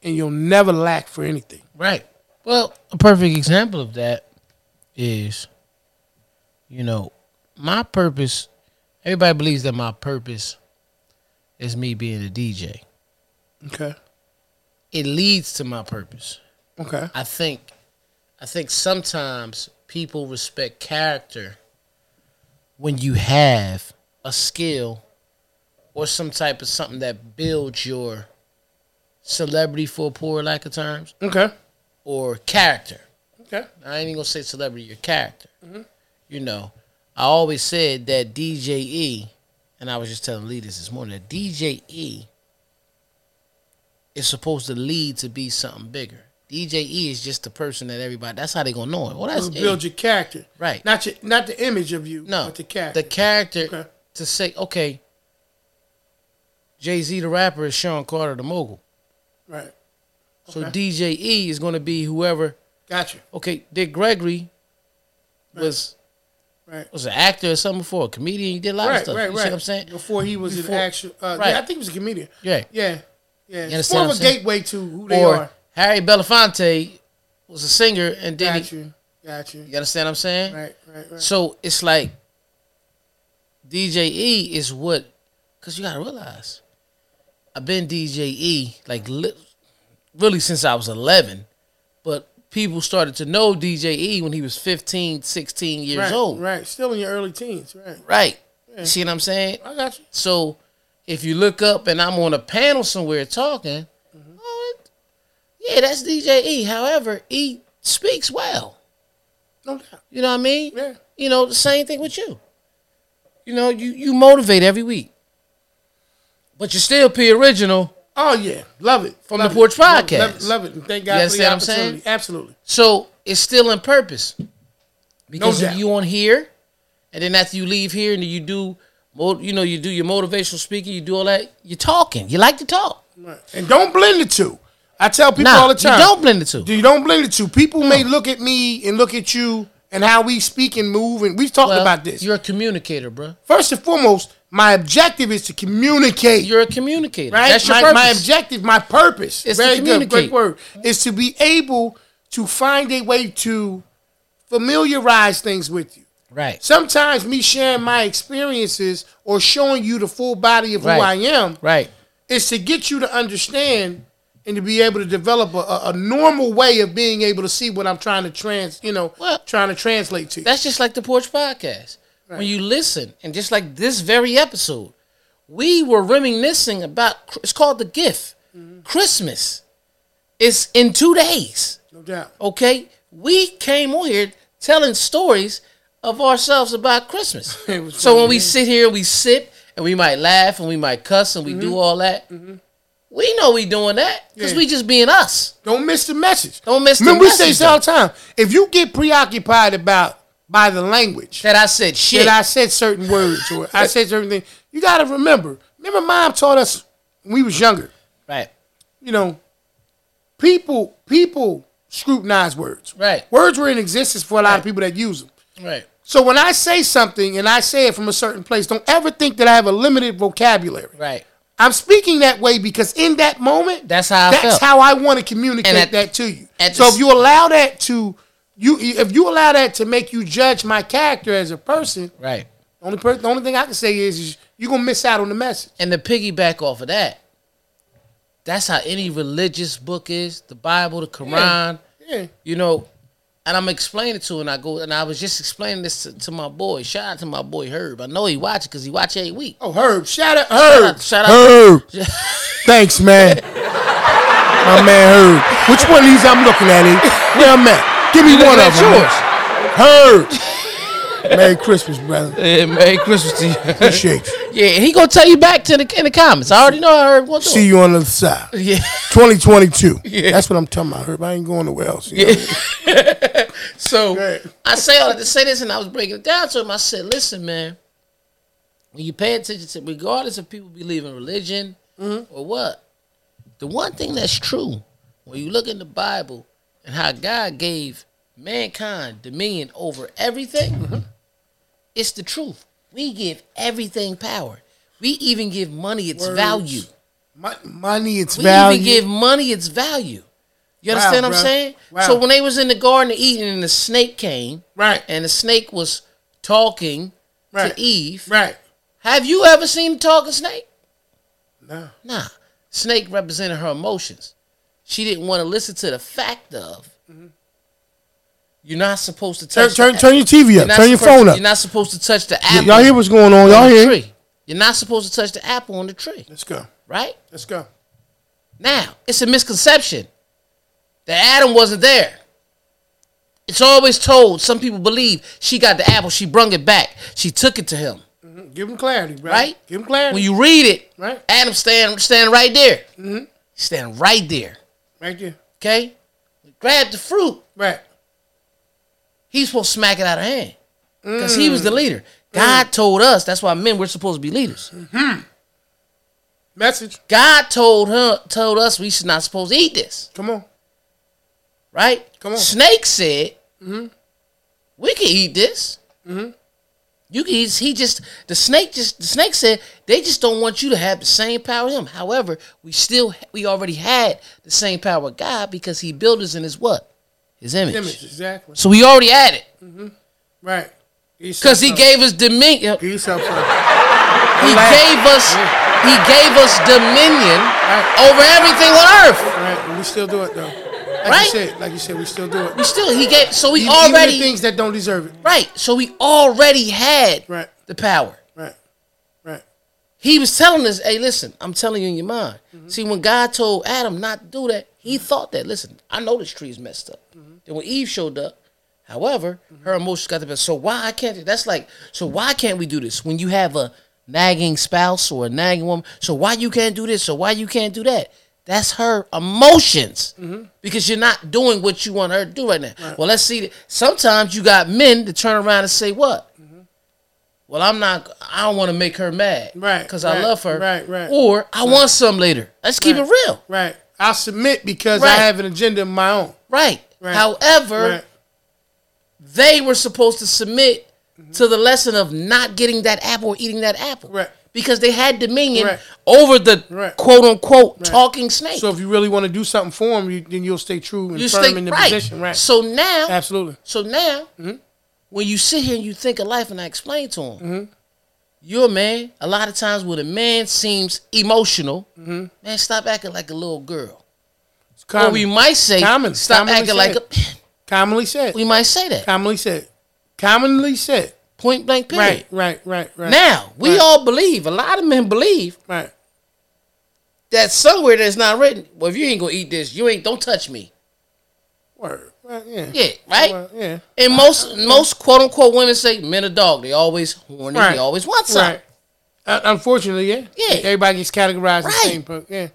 and you'll never lack for anything. Right. Well, a perfect example of that is, you know, my purpose. Everybody believes that my purpose is me being a DJ. Okay. It leads to my purpose. Okay. I think, I think sometimes people respect character when you have a skill or some type of something that builds your celebrity, for poor lack of terms, Okay. or character. Okay. I ain't even gonna say celebrity, your character. You know, I always said that DJE, and I was just telling leaders this morning that DJE is supposed to lead to be something bigger. DJE is just the person that everybody. That's how they gonna know it. Well, that's It'll build E. your character, Right. Not your, not the image of you, no but the character. The character Okay. to say, okay, Jay Z the rapper is Sean Carter the mogul. right. So Okay. DJE is gonna be whoever. Gotcha. Okay, Dick Gregory was. Right. was an actor or something before, a comedian. He did a lot of Right, stuff. right, you right. see what I'm saying? Before he was Before- an actual, uh, right. yeah, I think he was a comedian. Yeah. Yeah, yeah. You It's understand more what of I'm a saying? gateway to who they Or are. Harry Belafonte was a singer and then Got he, you, got you. you understand what I'm saying? Right, right, right. So it's like DJE is what, because you got to realize, I've been DJE like li- really since I was 11, but people started to know DJE when he was 15, 16 years right, old. right. Still in your early teens, right? Right. You see what I'm saying? I got you. So if you look up and I'm on a panel somewhere talking, Mm-hmm. oh, it- yeah, that's DJ E. However, E speaks well. No doubt. You know what I mean? Yeah. You know, the same thing with you. You know, you, you motivate every week. But you're still P original. Oh yeah, love it from the Porch Podcast. Love, it, love it. And Thank God for understand the what I'm saying? opportunity. Absolutely. So it's still in purpose. Because doubt. you on here, and then after you leave here and you do mo- you know, you do your motivational speaking, you do all that, you're talking. You like to talk. Right. And don't blend the two. I tell people Nah, all the time. You don't blend the two. You don't blend the two. People may look at me and look at you and how we speak and move, and we've talked Well, about this. You're a communicator, bro. First and foremost, my objective is to communicate. You're a communicator. right? That's your my, purpose. my objective, my purpose. Is to very good, communicate. great word. Is to be able to find a way to familiarize things with you. Right. Sometimes me sharing my experiences or showing you the full body of Right. who I am Right. is to get you to understand and to be able to develop a, a, a normal way of being able to see what I'm trying to trans, you know, Well- trying to translate to. you. That's just like the Porch Podcast. When you listen, and just like this very episode, we were reminiscing about it's called The Gift. Christmas. It's in two days. No doubt. Okay? We came on here telling stories of ourselves about Christmas. It was so when funny, we yeah. sit here and we sip and we might laugh and we might cuss and we do all that, we know we doing that because Mm-hmm. Yeah. we just being us. Don't miss the message. Don't miss the Remember message, we say this though. all the time. If you get preoccupied about by the language, That I said shit. that I said certain words or I said certain things. You got to remember. Remember, mom taught us when we was younger. right. You know, people people scrutinize words. Right. Words were in existence for a lot of people that use them. Right. So when I say something and I say it from a certain place, don't ever think that I have a limited vocabulary. Right. I'm speaking that way because in that moment, That's how I that's felt. how I want to communicate And at- that to you. at So this- if you allow that to you, if you allow that to make you judge my character as a person, Right. only per- the only thing I can say is, is you're gonna miss out on the message. And to piggyback off of that, that's how any religious book is the Bible, the Quran, Yeah. you know. And I'm explaining to her, and I go, and I was just explaining this to, to my boy. Shout out to my boy Herb. I know he watch it because he watch every week. Oh, Herb, shout out Herb. out- shout out- Herb. Thanks, man. My man Herb. Which one of these I'm looking at? E? Where I'm at? Give me looking one at of them. Herb. Merry Christmas, brother. Yeah, Merry Christmas to you. Appreciate you. yeah, he gonna tell you back to the in the comments. I already know how Herb gonna do See it. you on the other side. Yeah, 2022. Yeah. That's what I'm talking about, Herb. I ain't going nowhere else. you know? so Right. I say all that to say this, and I was breaking it down to him. I said, "Listen, man, when you pay attention to, regardless if people believe in religion or what, the one thing that's true when you look in the Bible and how God gave mankind dominion over everything, it's the truth. We give everything power. We even give money its Words. value. Mon- money, its We value. even give money its value. You Wow, understand what bruh. I'm saying? Wow. So when they was in the Garden of Eden and the snake came, Right. and the snake was talking Right. to Eve. right. Have you ever seen a talking snake? No. Nah. Snake represented her emotions. She didn't want to listen to the fact of you're not supposed to Turn, touch. turn, the- turn your TV you're up. not Turn your supposed- phone up. You're not supposed to touch the apple. Y'all hear what's going on? Y'all on the hear? it? tree. You're not supposed to touch the apple on the tree, Let's go. right? Let's go. Now, it's a misconception that Adam wasn't there. It's always told. Some people believe she got the apple. She brung it back. She took it to him. Mhm. Give him clarity, bro. Right? Give him clarity. When you read it, Right. Adam stand stand right there. Mm-hmm. Stand right there. right there. Okay, grab the fruit. Right. He's supposed to smack it out of hand because he was the leader. God told us that's why men we're supposed to be leaders. Message. God told her told us we should not supposed to eat this. Come on. right? Come on. Mm-hmm. Snake said, "We can eat this. You can." Eat, he just the snake just the snake said they just don't want you to have the same power as him. However, we still we already had the same power of God because He built us in His what? His image. Image. Exactly. So we already had it Right. because He gave us dominion. He He's up first. gave us He gave us dominion over everything on earth. Right. We still do it though. Like Right? you said. Like you said. We still do it. We still He gave so we Even, even the already things that don't deserve it. right. So we already had Right. the power. Right. Right. He was telling us, hey, listen, I'm telling you in your mind. See, when God told Adam not to do that, he thought that, listen, I know this tree is messed up. Then when Eve showed up, however, her emotions got the best. So why I can't that's like, so why can't we do this? When you have a nagging spouse or a nagging woman, so why you can't do this? So why you can't do that? That's her emotions. Because you're not doing what you want her to do right now. Well, let's see. that- Sometimes you got men to turn around and say what? Well, I'm not. I don't want to make her mad, Right, Because I right, love her, right, right. Or I want some later. Let's keep it real, Right. I'll submit because I Right. have an agenda of my own. right? Right, However, Right. they were supposed to submit to the lesson of not getting that apple or eating that apple, Right. Because they had dominion Right. over the Right. quote unquote talking snake. So if you really want to do something for him, you, then you'll stay true and you firm stay in the right. position. Right. So now, Absolutely. So now, Mm-hmm. when you sit here and you think of life, and I explain to him, Mm-hmm. you're a man. A lot of times, when a man seems emotional, man, stop acting like a little girl. It's Or Mm-hmm. common. we might say, Common. stop Commonly acting like a. commonly said. We might say that commonly said. Commonly said. point blank. Period. Right. Right. Right. Right. Now we Right. all believe. A lot of men believe Right. that somewhere that's not written. Well, if you ain't gonna eat this, you ain't. Don't touch me. Word. Right, yeah. Yeah. Right. Well, yeah. And most most quote unquote women say men are dog. They always horny. Right. They always want something. Right. Uh, unfortunately, yeah. Yeah. Everybody gets categorized the Right. same. But yeah.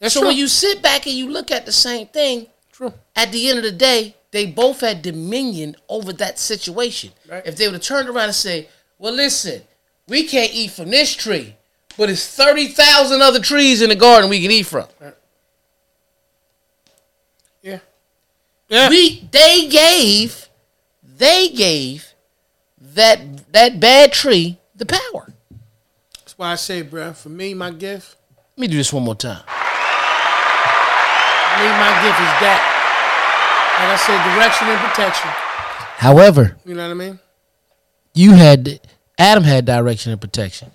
That's So true. when you sit back and you look at the same thing, true. at the end of the day, they both had dominion over that situation. Right. If they would have turned around and say, "Well, listen, we can't eat from this tree, but it's thirty thousand other trees in the garden we can eat from," Yeah. Yeah. we they gave they gave that that bad tree the power. That's why I say, bro. For me, my gift. Let me do this one more time. For me, my gift is that. Like I said, direction and protection. However, You know what I mean? you had Adam had direction and protection.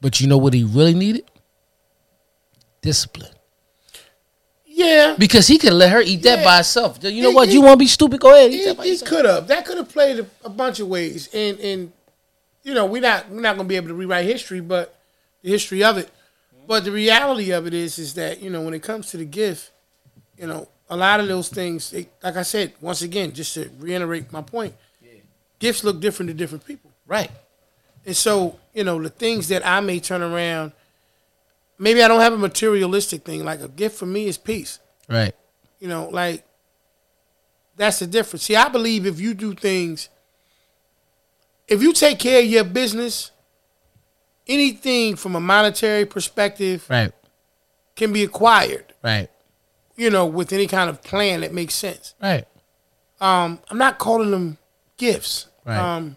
But you know what he really needed? Discipline. Yeah. Because he could let her eat that Yeah. by herself. You know He- what? he- you want to be stupid? Go ahead. Eat He, that by he yourself. could have. That could have played a, a bunch of ways. And and you know, we're not we're not gonna be able to rewrite history, but the history of it. But the reality of it is is that, you know, when it comes to the gift, you know, a lot of those things, it, like I said, once again, just to reiterate my point, gifts look different to different people. Right. And so, you know, the things that I may turn around, maybe I don't have a materialistic thing. Like a gift for me is peace. Right. You know, like that's the difference. See, I believe if you do things, if you take care of your business, anything from a monetary perspective Right. can be acquired, Right. you know, with any kind of plan that makes sense. Right. Um, I'm not calling them gifts. Right. Um,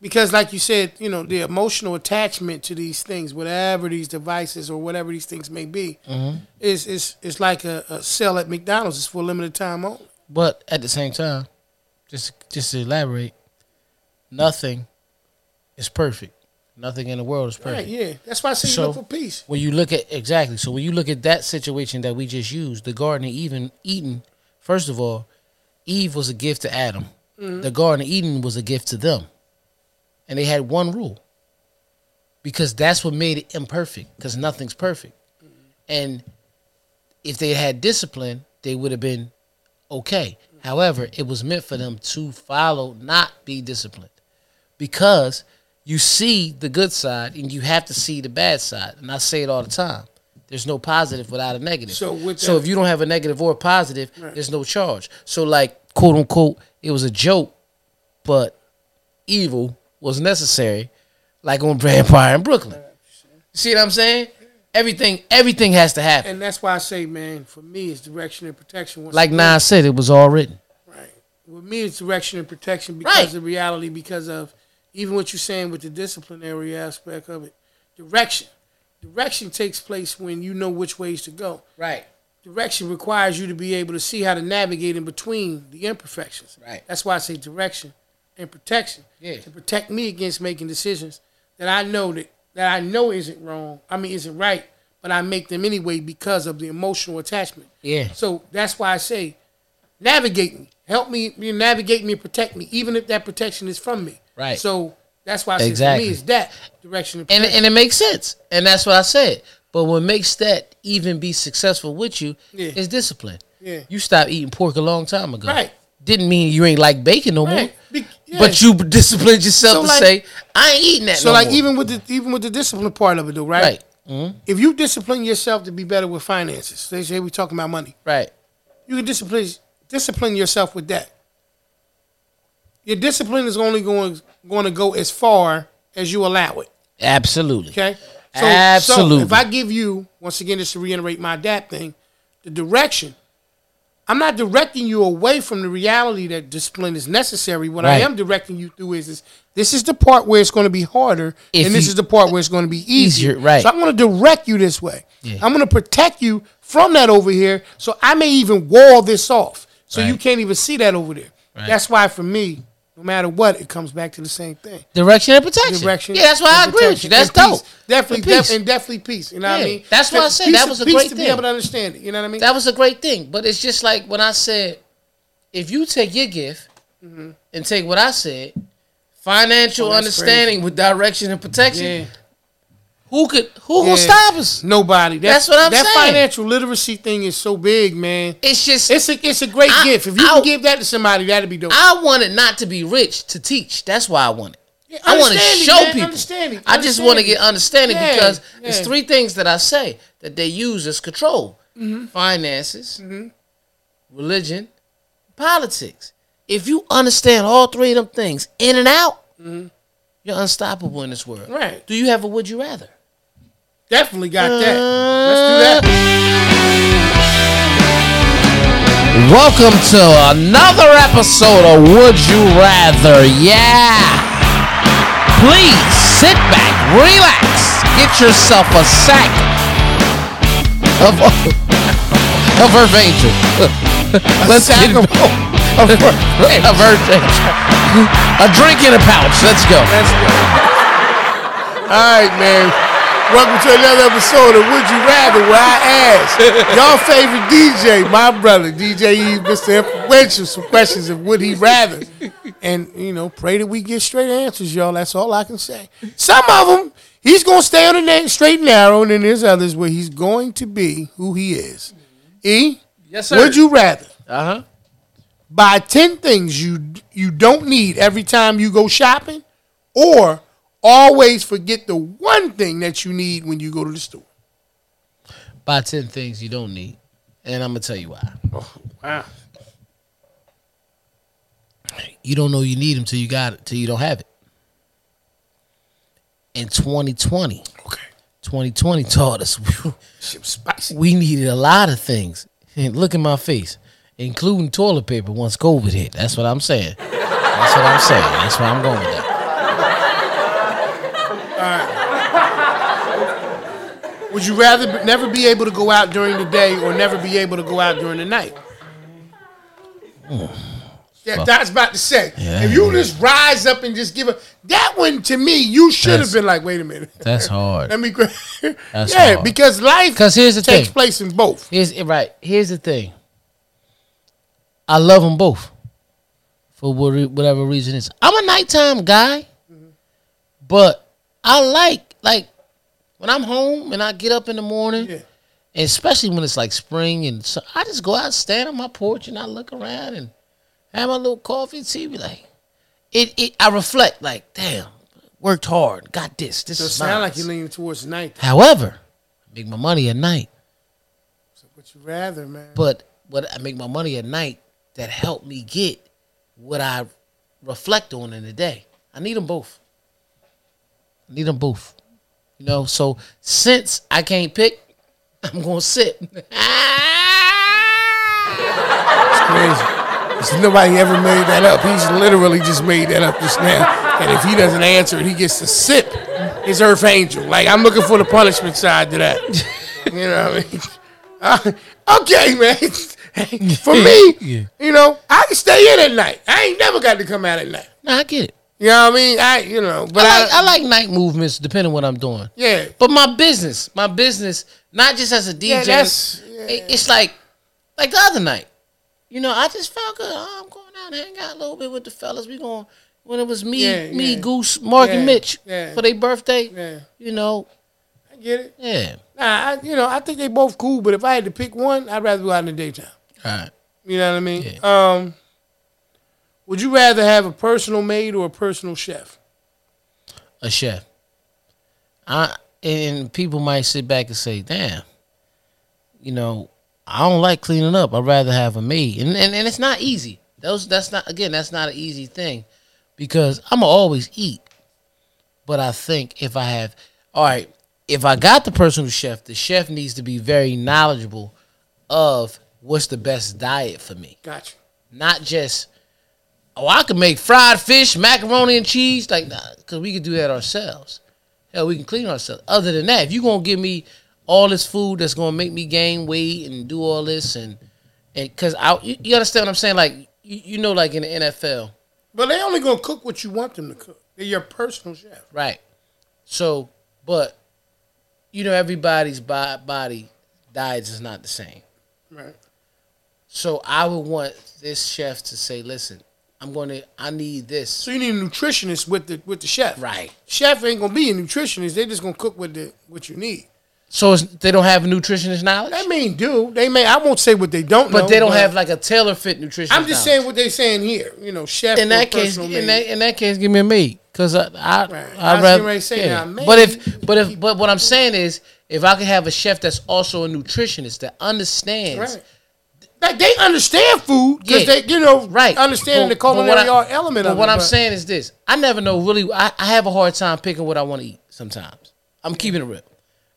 because, like you said, you know, the emotional attachment to these things, whatever these devices or whatever these things may be, is, is, is like a, a sale at McDonald's. It's for a limited time only. But at the same time, just just to elaborate, nothing is perfect. Nothing in the world is perfect. Right, yeah. That's why I say you So- look for peace. When you look at exactly, so when you look at that situation that we just used, the Garden of Eden, Eden. First of all, Eve was a gift to Adam. The Garden of Eden was a gift to them, and they had one rule. Because that's what made it imperfect. Because nothing's perfect, and if they had discipline, they would have been okay. However, it was meant for them to follow, not be disciplined. Because you see the good side and you have to see the bad side. And I say it all the time. There's no positive without a negative. So with so that- if you don't have a negative or a positive, there's no charge. So like quote unquote, it was a joke, but evil was necessary, like on Vampire in Brooklyn. See what I'm saying? Everything everything has to happen. And that's why I say, man, for me, it's direction and protection. Once Like again. Nas said, it was all written. Right. With me, it's direction and protection because Right. of reality, because of even what you're saying with the disciplinary aspect of it. Direction. Direction takes place when you know which ways to go. Right. Direction requires you to be able to see how to navigate in between the imperfections. Right. That's why I say direction and protection. Yeah. To protect me against making decisions that I know that, that I know isn't wrong. I mean isn't right, but I make them anyway because of the emotional attachment. Yeah. So that's why I say, navigate me, help me, you navigate me, and protect me, even if that protection is from me. Right. So that's why I say Exactly. for me it's that direction. Of And and it makes sense. And that's what I said. But what makes that even be successful with you Yeah. is discipline. Yeah. You stopped eating pork a long time ago. Right. Didn't mean you ain't like bacon no Right. more. Be- yeah. But you disciplined yourself So to like- say, I ain't eating that. so no like more." even with the even with the discipline part of it though, right? right. Mhm. Mm-hmm. If you discipline yourself to be better with finances, they say we talking about money. Right. You can discipline discipline yourself with that. Your discipline is only going going to go as far as you allow it. Absolutely. Okay. Absolutely. So if I give you, once again, just to reiterate my DAP thing, the direction, I'm not directing you away from the reality that discipline is necessary. What I Right. am directing you through is, is this is the part where it's going to be harder, If and this you- is the part where it's going to be easier. Easier, right. So I'm going to direct you this way. Yeah. I'm going to protect you from that over here. So I may even wall this off, so you Right. can't even see that over there. Right. That's why for me, no matter what, it comes back to the same thing Direction and protection. direction. Yeah, that's why I and agree with you. protection That's and dope. peace. Definitely, And peace. def- and definitely peace. You know what I Yeah, mean? that's why I said peace that is- was a peace great to thing. be able to understand it. You know what I mean? that was a great thing. But it's just like when I said, if you take your gift and take what I said, financial Mm-hmm. Oh, that's understanding with direction and protection, Yeah. who could who Yeah. gonna stop us? Nobody. That, That's what I'm that saying. financial literacy thing is so big, man. It's just It's a it's a great I- gift. If you I'll- can give that to somebody, that'd be dope. I wanted not to be rich to teach. That's why I wanted. Yeah, I want to understanding, show man, people. understanding, I just want to understanding. get understanding Yeah, because yeah. there's three things that I say that they use as control: Mm-hmm. finances, religion, politics. If you understand all three of them things in and out, you're unstoppable in this world. Mm-hmm. Right. Do you have a would you rather? Definitely got that. Uh, Let's do that. Welcome to another episode of Would You Rather? Yeah. Please sit back, relax, get yourself a sack of of Earth Angel. Let's sack get of- of, of Earth Angel. A drink in a pouch. Let's go. Let's go. All right, man. Welcome to another episode of Would You Rather, where I ask y'all favorite DJ, my brother, DJ E, Mr. Influential, some questions of Would He Rather. And, you know, pray that we get straight answers, y'all. That's all I can say. Some of them, he's going to stay on the na- straight and narrow, and then there's others where he's going to be who he is. E? Yes, Would you rather Uh Uh-huh. huh. buy 10 things you you don't need every time you go shopping or always forget the one thing that you need when you go to the store Buy ten things you don't need, and I'm gonna tell you why. wow you don't know you need them till you got it till you don't have it. In 2020, okay 2020 taught us Shit was spicy. we needed a lot of things. And look at my face, including toilet paper once COVID hit. That's what I'm saying. That's what I'm saying. That's where I'm going with that. Would you rather be, never be able to go out during the day or never be able to go out during the night? Yeah, that's about to say. Hmm. Yeah. if you just rise up and just give up, that one to me, you should have That's- been like, wait a minute. That's hard. Let me grab. That's yeah, hard. because life 'Cause here's the takes thing. place in both. Here's eh, right. Here's the thing. I love them both, for wha- whatever reason it's. I'm a nighttime guy, but I like like when I'm home and I get up in the morning. Yeah. And especially when it's like spring and so I just go out, stand on my porch, and I look around and have my little coffee and tea. Be like, it, it. I reflect like, damn, worked hard, got this. This So it is sound like mine. you're leaning towards night. However, I make my money at night, So would you rather, man? but what I make my money at night that help me get what I reflect on in the day. I need them both. I need them both. You know, so since I can't pick, I'm gonna sit. Crazy. 'Cause Nobody ever made that up. He's literally just made that up just now. And if he doesn't answer it, he gets to sip his earth angel. Like I'm looking for the punishment side to that. You know what I mean? Uh, okay, man. for me, Yeah. you know, I can stay in at night. I ain't never got to come out at night. No, I get it. You know what I mean? I you know, but I I, like, I like night movements depending on what I'm doing. yeah. But my business, my business, not just as a DJ, Yeah, that's- it- it's like like the other night. You know, I just felt good. Oh, I'm going out and hang out a little bit with the fellas. We going when it was me, Yeah, me, yeah. Goose, Mark, Yeah, and Mitch yeah. for their birthday. Yeah. You know, I get it. yeah. Nah, I, you know, I think they both cool, but if I had to pick one, I'd rather go out in the daytime. All right. You know what I mean? Um, would you rather have a personal maid or a personal chef? a chef. I and people might sit back and say, "Damn, you know, I don't like cleaning up. I'd rather have a maid." And and, and it's not easy. Those that's not again. That's not an easy thing because I'm gonna always eat. But I think if I have, all right, if I got the personal chef, the chef needs to be very knowledgeable of what's the best diet for me Gotcha. not just oh I can make fried fish, macaroni and cheese, like nah, cause we can do that ourselves. Hell, we can clean ourselves. Other than that, if you gonna give me all this food that's gonna make me gain weight and do all this and and cause I you, you understand what I'm saying? Like you, you know, like in the NFL, But they only gonna cook what you want them to cook. They're your personal chef. right? So, but you know everybody's bo- body diets is not the same. Right. So I would want this chef to say, listen, I'm gonna I need this. So you need a nutritionist with the with the chef. Right. Chef ain't gonna be a nutritionist. They just gonna cook with the what you need. So it's, they don't have nutritionist knowledge, They may do. They may. I won't say what they don't know. but they don't have like a tailor fit nutritionist. I'm just knowledge. saying what they saying here. You know, chef. In or that case, personal in maid. that, in that case, give me a maid because I I Right. I I'd was rather getting ready to say now, maid, But you if but if but what I'm saying is if I could have a chef that's also a nutritionist that understands Right. Like they understand food because Yeah. they, you know, right understanding But- the culinary but what I- element But of what it. I'm saying is this: I never know really. I, I have a hard time picking what I want to eat sometimes. I'm keeping it real,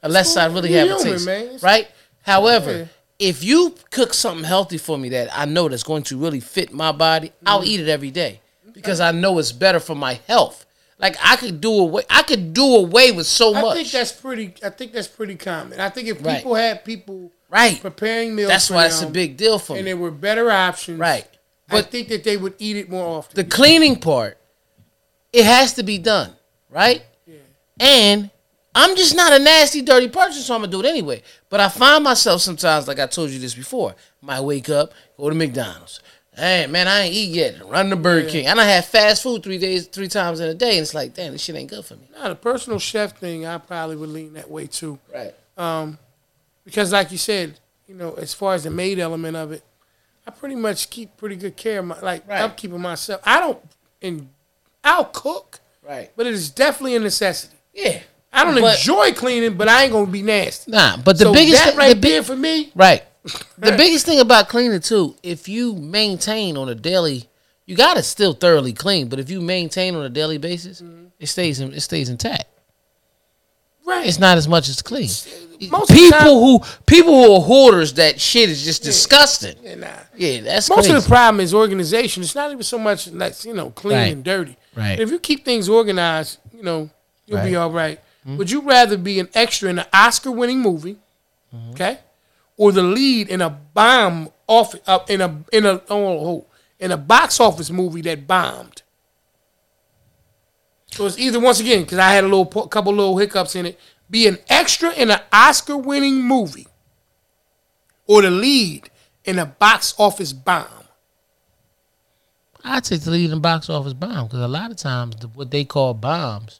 unless I really you're have a human, taste, man. It's- right? However, if you cook something healthy for me that I know that's going to really fit my body, Mm-hmm. I'll eat it every day because I know it's better for my health. Like I could do away, I could do away with so I much. think that's pretty. I think that's pretty common. I think if Right. people had people right. preparing meals, That's for why it's a them big deal for and me. there were better options, Right. I But- think that they would eat it more often. the cleaning part, it has to be done, right? And I'm just not a nasty, dirty person, so I'm gonna do it anyway. But I find myself sometimes, like I told you this before, might wake up, go to McDonald's. Hey man, I ain't eat yet. Run to Burger King. And I have fast food three days, three times in a day, and it's like, damn, this shit ain't good for me. Now, the personal chef thing, I probably would lean that way too, Right. because like you said, you know, as far as the maid element of it, I pretty much keep pretty good care of my like Right. I'm keeping myself. I don't and I'll cook, Right. but it is definitely a necessity. Yeah. I don't But- enjoy cleaning, but I ain't gonna be nasty. Nah, but the so biggest that thing, right the big, there for me, Right. The biggest thing about cleaning too, if you maintain on a daily, you gotta still thoroughly clean. But if you maintain on a daily basis, it stays in, it stays intact. Mm-hmm. Right. It's not as much as clean. Most of the people time- who people who are hoarders, that shit is just disgusting. Yeah, nah. Yeah, that's Most crazy. of the problem is organization. It's not even so much like you know clean Right. and dirty. Right. If you keep things organized, you know you'll be Right. Mm-hmm. all right. Would you rather be an extra in an Oscar-winning movie, Mm-hmm. okay, or the lead in a bomb off uh, in a in a oh, oh, in a box office movie that bombed? So it's either once again because I had a little po- couple little hiccups in it. Be an extra in an Oscar-winning movie, or the lead in a box office bomb. I take the lead in box office bomb because a lot of times the, what they call bombs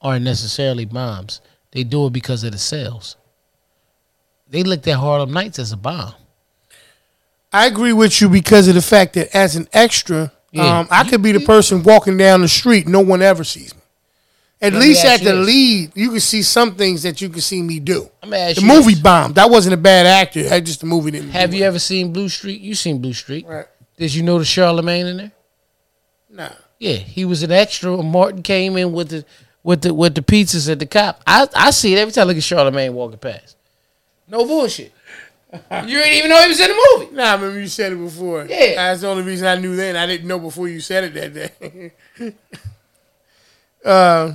aren't necessarily bombs. They do it because of the sales. They looked at Harlem Nights as a bomb. I agree with you because of the fact that as an extra, Yeah. um, I could be the person walking down the street, no one ever sees me. At Let me least ask at you the this. lead, you can see some things that you can see me do. I'm gonna ask The you movie this. bombed. I wasn't a bad actor. I just the movie didn't. Have do you it. ever seen Blue Street? You seen Blue Street? Right. Did you know the Charlemagne in there? Nah. Yeah, he was an extra. when Martin came in with the with the with the pizzas at the cop. I I see it every time I look at Charlemagne walking past. No bullshit. you didn't even know he was in the movie. Nah, I remember you said it before. Yeah. That's the only reason I knew then. I didn't know before you said it that day. uh,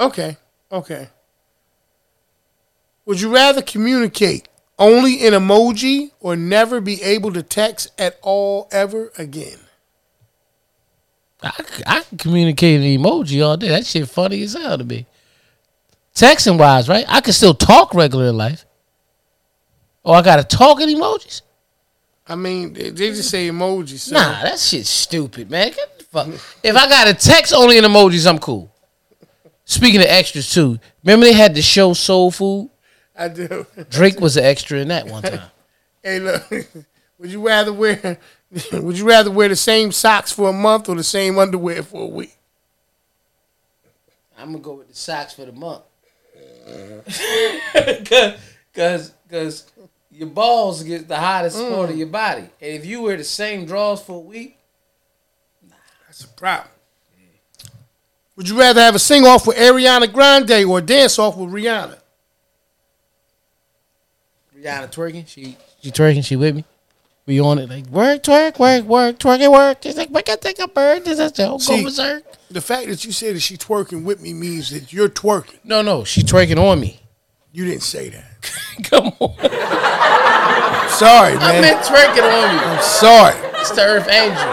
okay. Okay. Would you rather communicate only in emoji or never be able to text at all ever again? I, c- I can communicate an emoji all day. That shit funny as hell to me. Texting wise, right? I can still talk regular in life. Oh, I gotta talk in emojis? I mean, they they just say emoji. So. Nah, that shit's stupid, man. Get the fuck. If I got a text only in emojis, I'm cool. Speaking of extras too, remember they had the show Soul Food? I do. Drake was an extra in that one time. Hey, look. Would you rather wear? Would you rather wear the same socks for a month or the same underwear for a week? I'm gonna go with the socks for the month. Cause, cause, cause your balls get the hottest part of your body, and if you wear the same drawers for a week, That's a problem. Would you rather have a sing off with Ariana Grande or a dance off with Rihanna? Rihanna twerking, she she twerking, she with me. We on it like work, twerk, work, work, twerk it, work. It's like we can take a bird. This is the whole See- go berserk. The fact that you said that she twerking with me means that you're twerking. No, no, she twerking on me. You didn't say that. Come on, Sorry, I man. meant twerking on you. I'm sorry. It's the Earth Angel.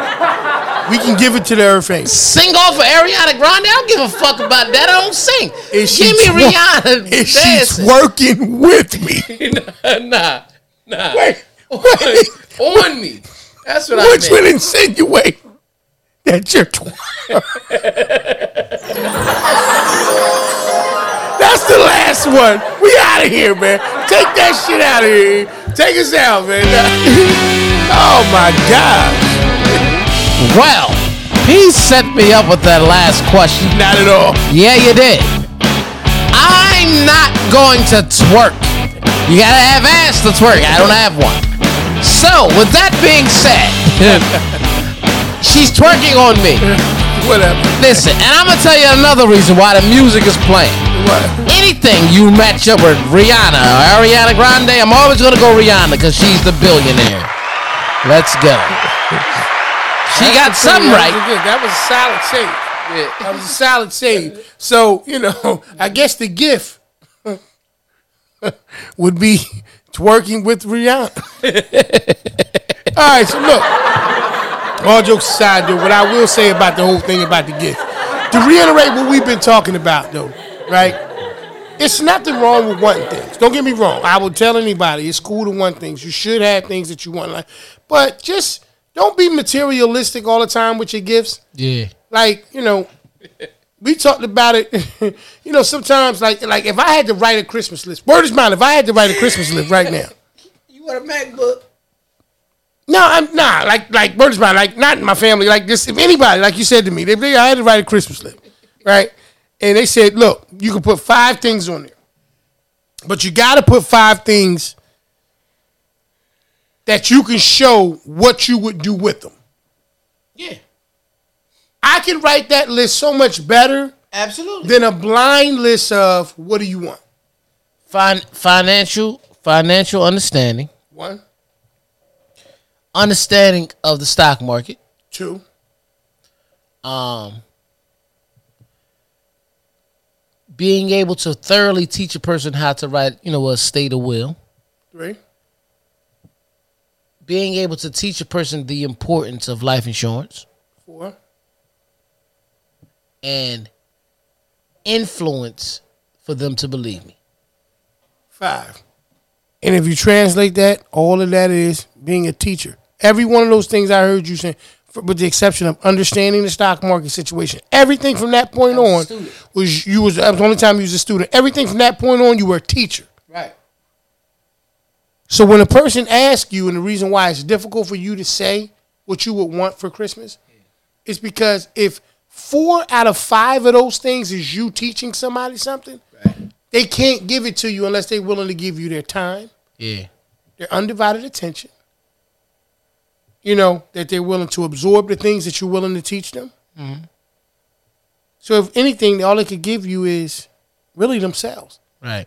We can give it to the Earth Angel. Sing off for Ariana Grande. I don't give a fuck about that. I don't sing. Is she Give me twer- Rihanna. Is she dancing. twerking with me? nah, nah. Wait, on, wait. on me. That's what Which I meant. would insinuate that you're twerking. That's the last one. We out of here, man. Take that shit out of here. Take us out, man. oh my God. Well, he set me up with that last question. Not at all. Yeah, you did. I'm not going to twerk. You gotta have ass to twerk. I don't have one. So, with that being said, she's twerking on me. Whatever. Listen, and I'm gonna tell you another reason why the music is playing. What? Anything you match up with Rihanna or Ariana Grande, I'm always gonna go Rihanna because she's the billionaire. Let's go. She got some That was right. a good- That was a solid save. That was a solid save. So, you know, I guess the gift would be twerking with Rihanna. All right, so look. All jokes aside, though, what I will say about the whole thing about the gift, to reiterate what we've been talking about, though, right? It's nothing wrong with wanting things. Don't get me wrong. I will tell anybody it's cool to want things. You should have things that you want, in life. but just don't be materialistic all the time with your gifts Yeah. like you know we talked about it you know sometimes like like if i had to write a christmas list word is mine if i had to write a christmas list right now You want a MacBook? no i'm not like like word is mine like not in my family like this if anybody like you said to me if they, i had to write a christmas list right and they said look you can put five things on there but you got to put five things that you can show what you would do with them Yeah. I can write that list so much better Absolutely. than a blind list of what do you want? Fin- financial financial understanding, One, understanding of the stock market, two, um, being able to thoroughly teach a person how to write, you know, a state of will, three, being able to teach a person the importance of life insurance, four, and influence for them to believe me. five. And if you translate that, all of that is being a teacher. Every one of those things I heard you saying, for, with the exception of understanding the stock market situation, everything from that point was a on student. was you was that was the only time you was a student. Everything from that point on, you were a teacher. Right. So when a person asks you, and the reason why it's difficult for you to say what you would want for Christmas, is because if four out of five of those things is you teaching somebody something, they can't give it to you unless they're willing to give you their time, Yeah. their undivided attention. You know that they're willing to absorb the things that you're willing to teach them. So if anything, all they could give you is really themselves Right.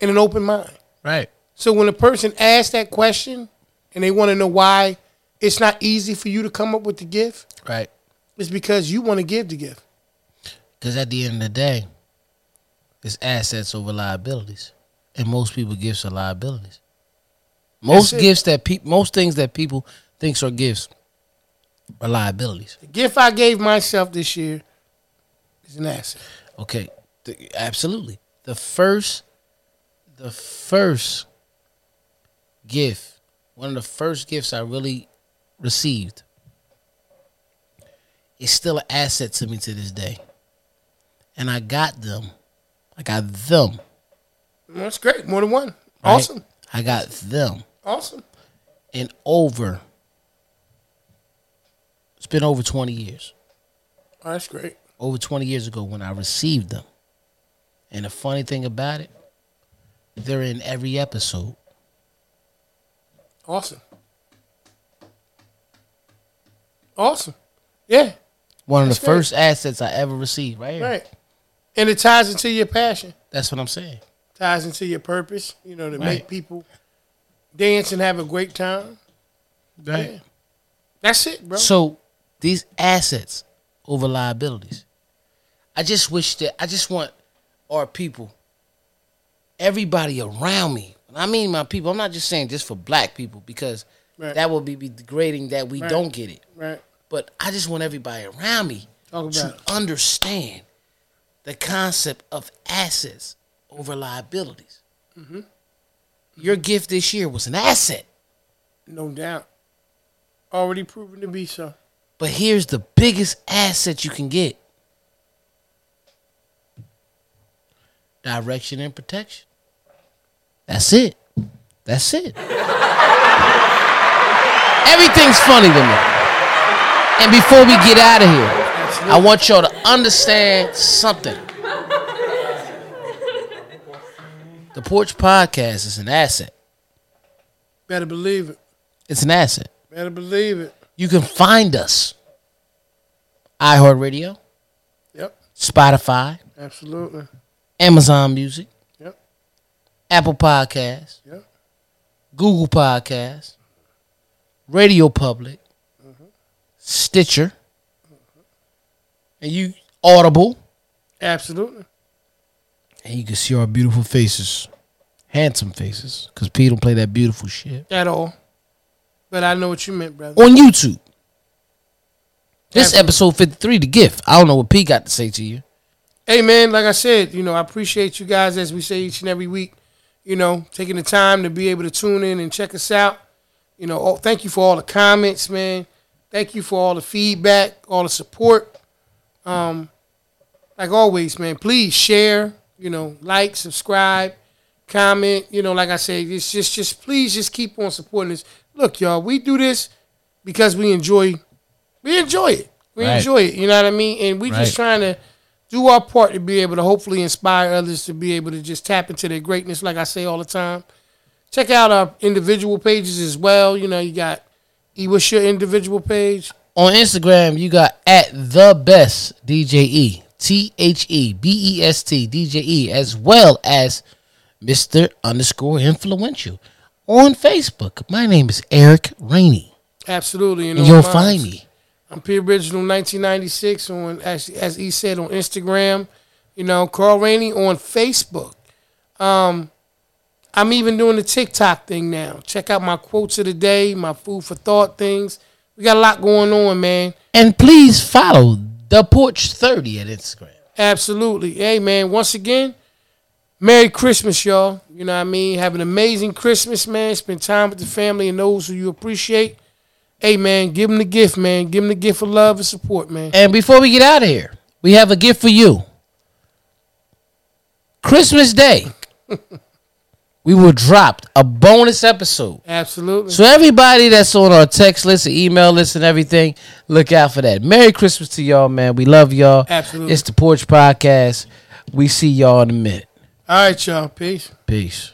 and an open mind. Right. So when a person asks that question and they want to know why it's not easy for you to come up with the gift, Right. it's because you want to give the gift. Because at the end of the day, it's assets over liabilities, and most people gifts are liabilities. Most it. gifts that people, most things that people thinks are gifts, are liabilities. The gift I gave myself this year is an asset. Okay, th- absolutely. The first, the first gift, one of the first gifts I really received, is still an asset to me to this day. And I got them, I got them That's great. More than one. right? Awesome. I got them Awesome. and over. It's been over 20 years. Oh, that's great. Over 20 years ago when I received them. And the funny thing about it, they're in every episode. Awesome. Awesome. Yeah. One of That's the great. first assets I ever received, right here. Right. And it ties into your passion. That's what I'm saying. ties into your purpose, you know, to make Right. people dance and have a great time. Yeah. That's it, bro. So these assets over liabilities. I just wish that I just want our people, everybody around me. And I mean my people. I'm not just saying just for black people because Right. that would be, be degrading that we Right. don't get it. right. But I just want everybody around me Talk to about it. understand the concept of assets over liabilities. Mm-hmm. Your gift this year was an asset. No doubt. Already proven to be so. But here's the biggest asset you can get direction and protection. That's it. That's it. Everything's funny with me. And before we get out of here, I want y'all to understand something. The Porch Podcast is an asset. Better believe it. It's an asset. Better believe it. You can find us iHeartRadio, Yep. Spotify, Absolutely. Amazon Music, Yep. Apple Podcasts, Yep. Google Podcasts, Radio Public, Stitcher, and you Audible, Absolutely. and you can see our beautiful faces, handsome faces, because Pete don't play that beautiful shit At all. But I know what you meant, brother. on YouTube. This Absolutely. episode fifty three, the gift. I don't know what Pete got to say to you. Hey man, like I said, you know, I appreciate you guys as we say each and every week, you know, taking the time to be able to tune in and check us out. You know, oh, thank you for all the comments, man. Thank you for all the feedback, all the support. Um, like always, man, please share, you know, like, subscribe, comment, you know, like I say, it's just just please just keep on supporting us. Look, y'all, we do this because we enjoy we enjoy it. We Right. enjoy it, you know what I mean? And we just Right. trying to do our part to be able to hopefully inspire others to be able to just tap into their greatness, like I say all the time. Check out our individual pages as well. You know, you got E, what's your individual page? On Instagram, you got at the best DJE. T H E B E S T D J E, as well as Mr. Underscore Influential on Facebook. My name is Eric Rainey. Absolutely. And on you'll mine, find me. I'm P Original 1996 on, as, as he said, on Instagram. You know, Carl Rainey on Facebook. Um, I'm even doing the TikTok thing now. Check out my quotes of the day, my food for thought things. We got a lot going on, man. And please follow The Porch 30 at Instagram. Absolutely. Hey, man, once again, Merry Christmas, y'all. You know what I mean? Have an amazing Christmas, man. Spend time with the family and those who you appreciate. Hey, man, give them the gift, man. Give them the gift of love and support, man. And before we get out of here, we have a gift for you. Christmas Day, we will drop a bonus episode. Absolutely. So everybody that's on our text list, and email list, and everything, look out for that. Merry Christmas to y'all, man. We love y'all. Absolutely. It's the Porch Podcast. We see y'all in a minute. All right, y'all. Peace. Peace.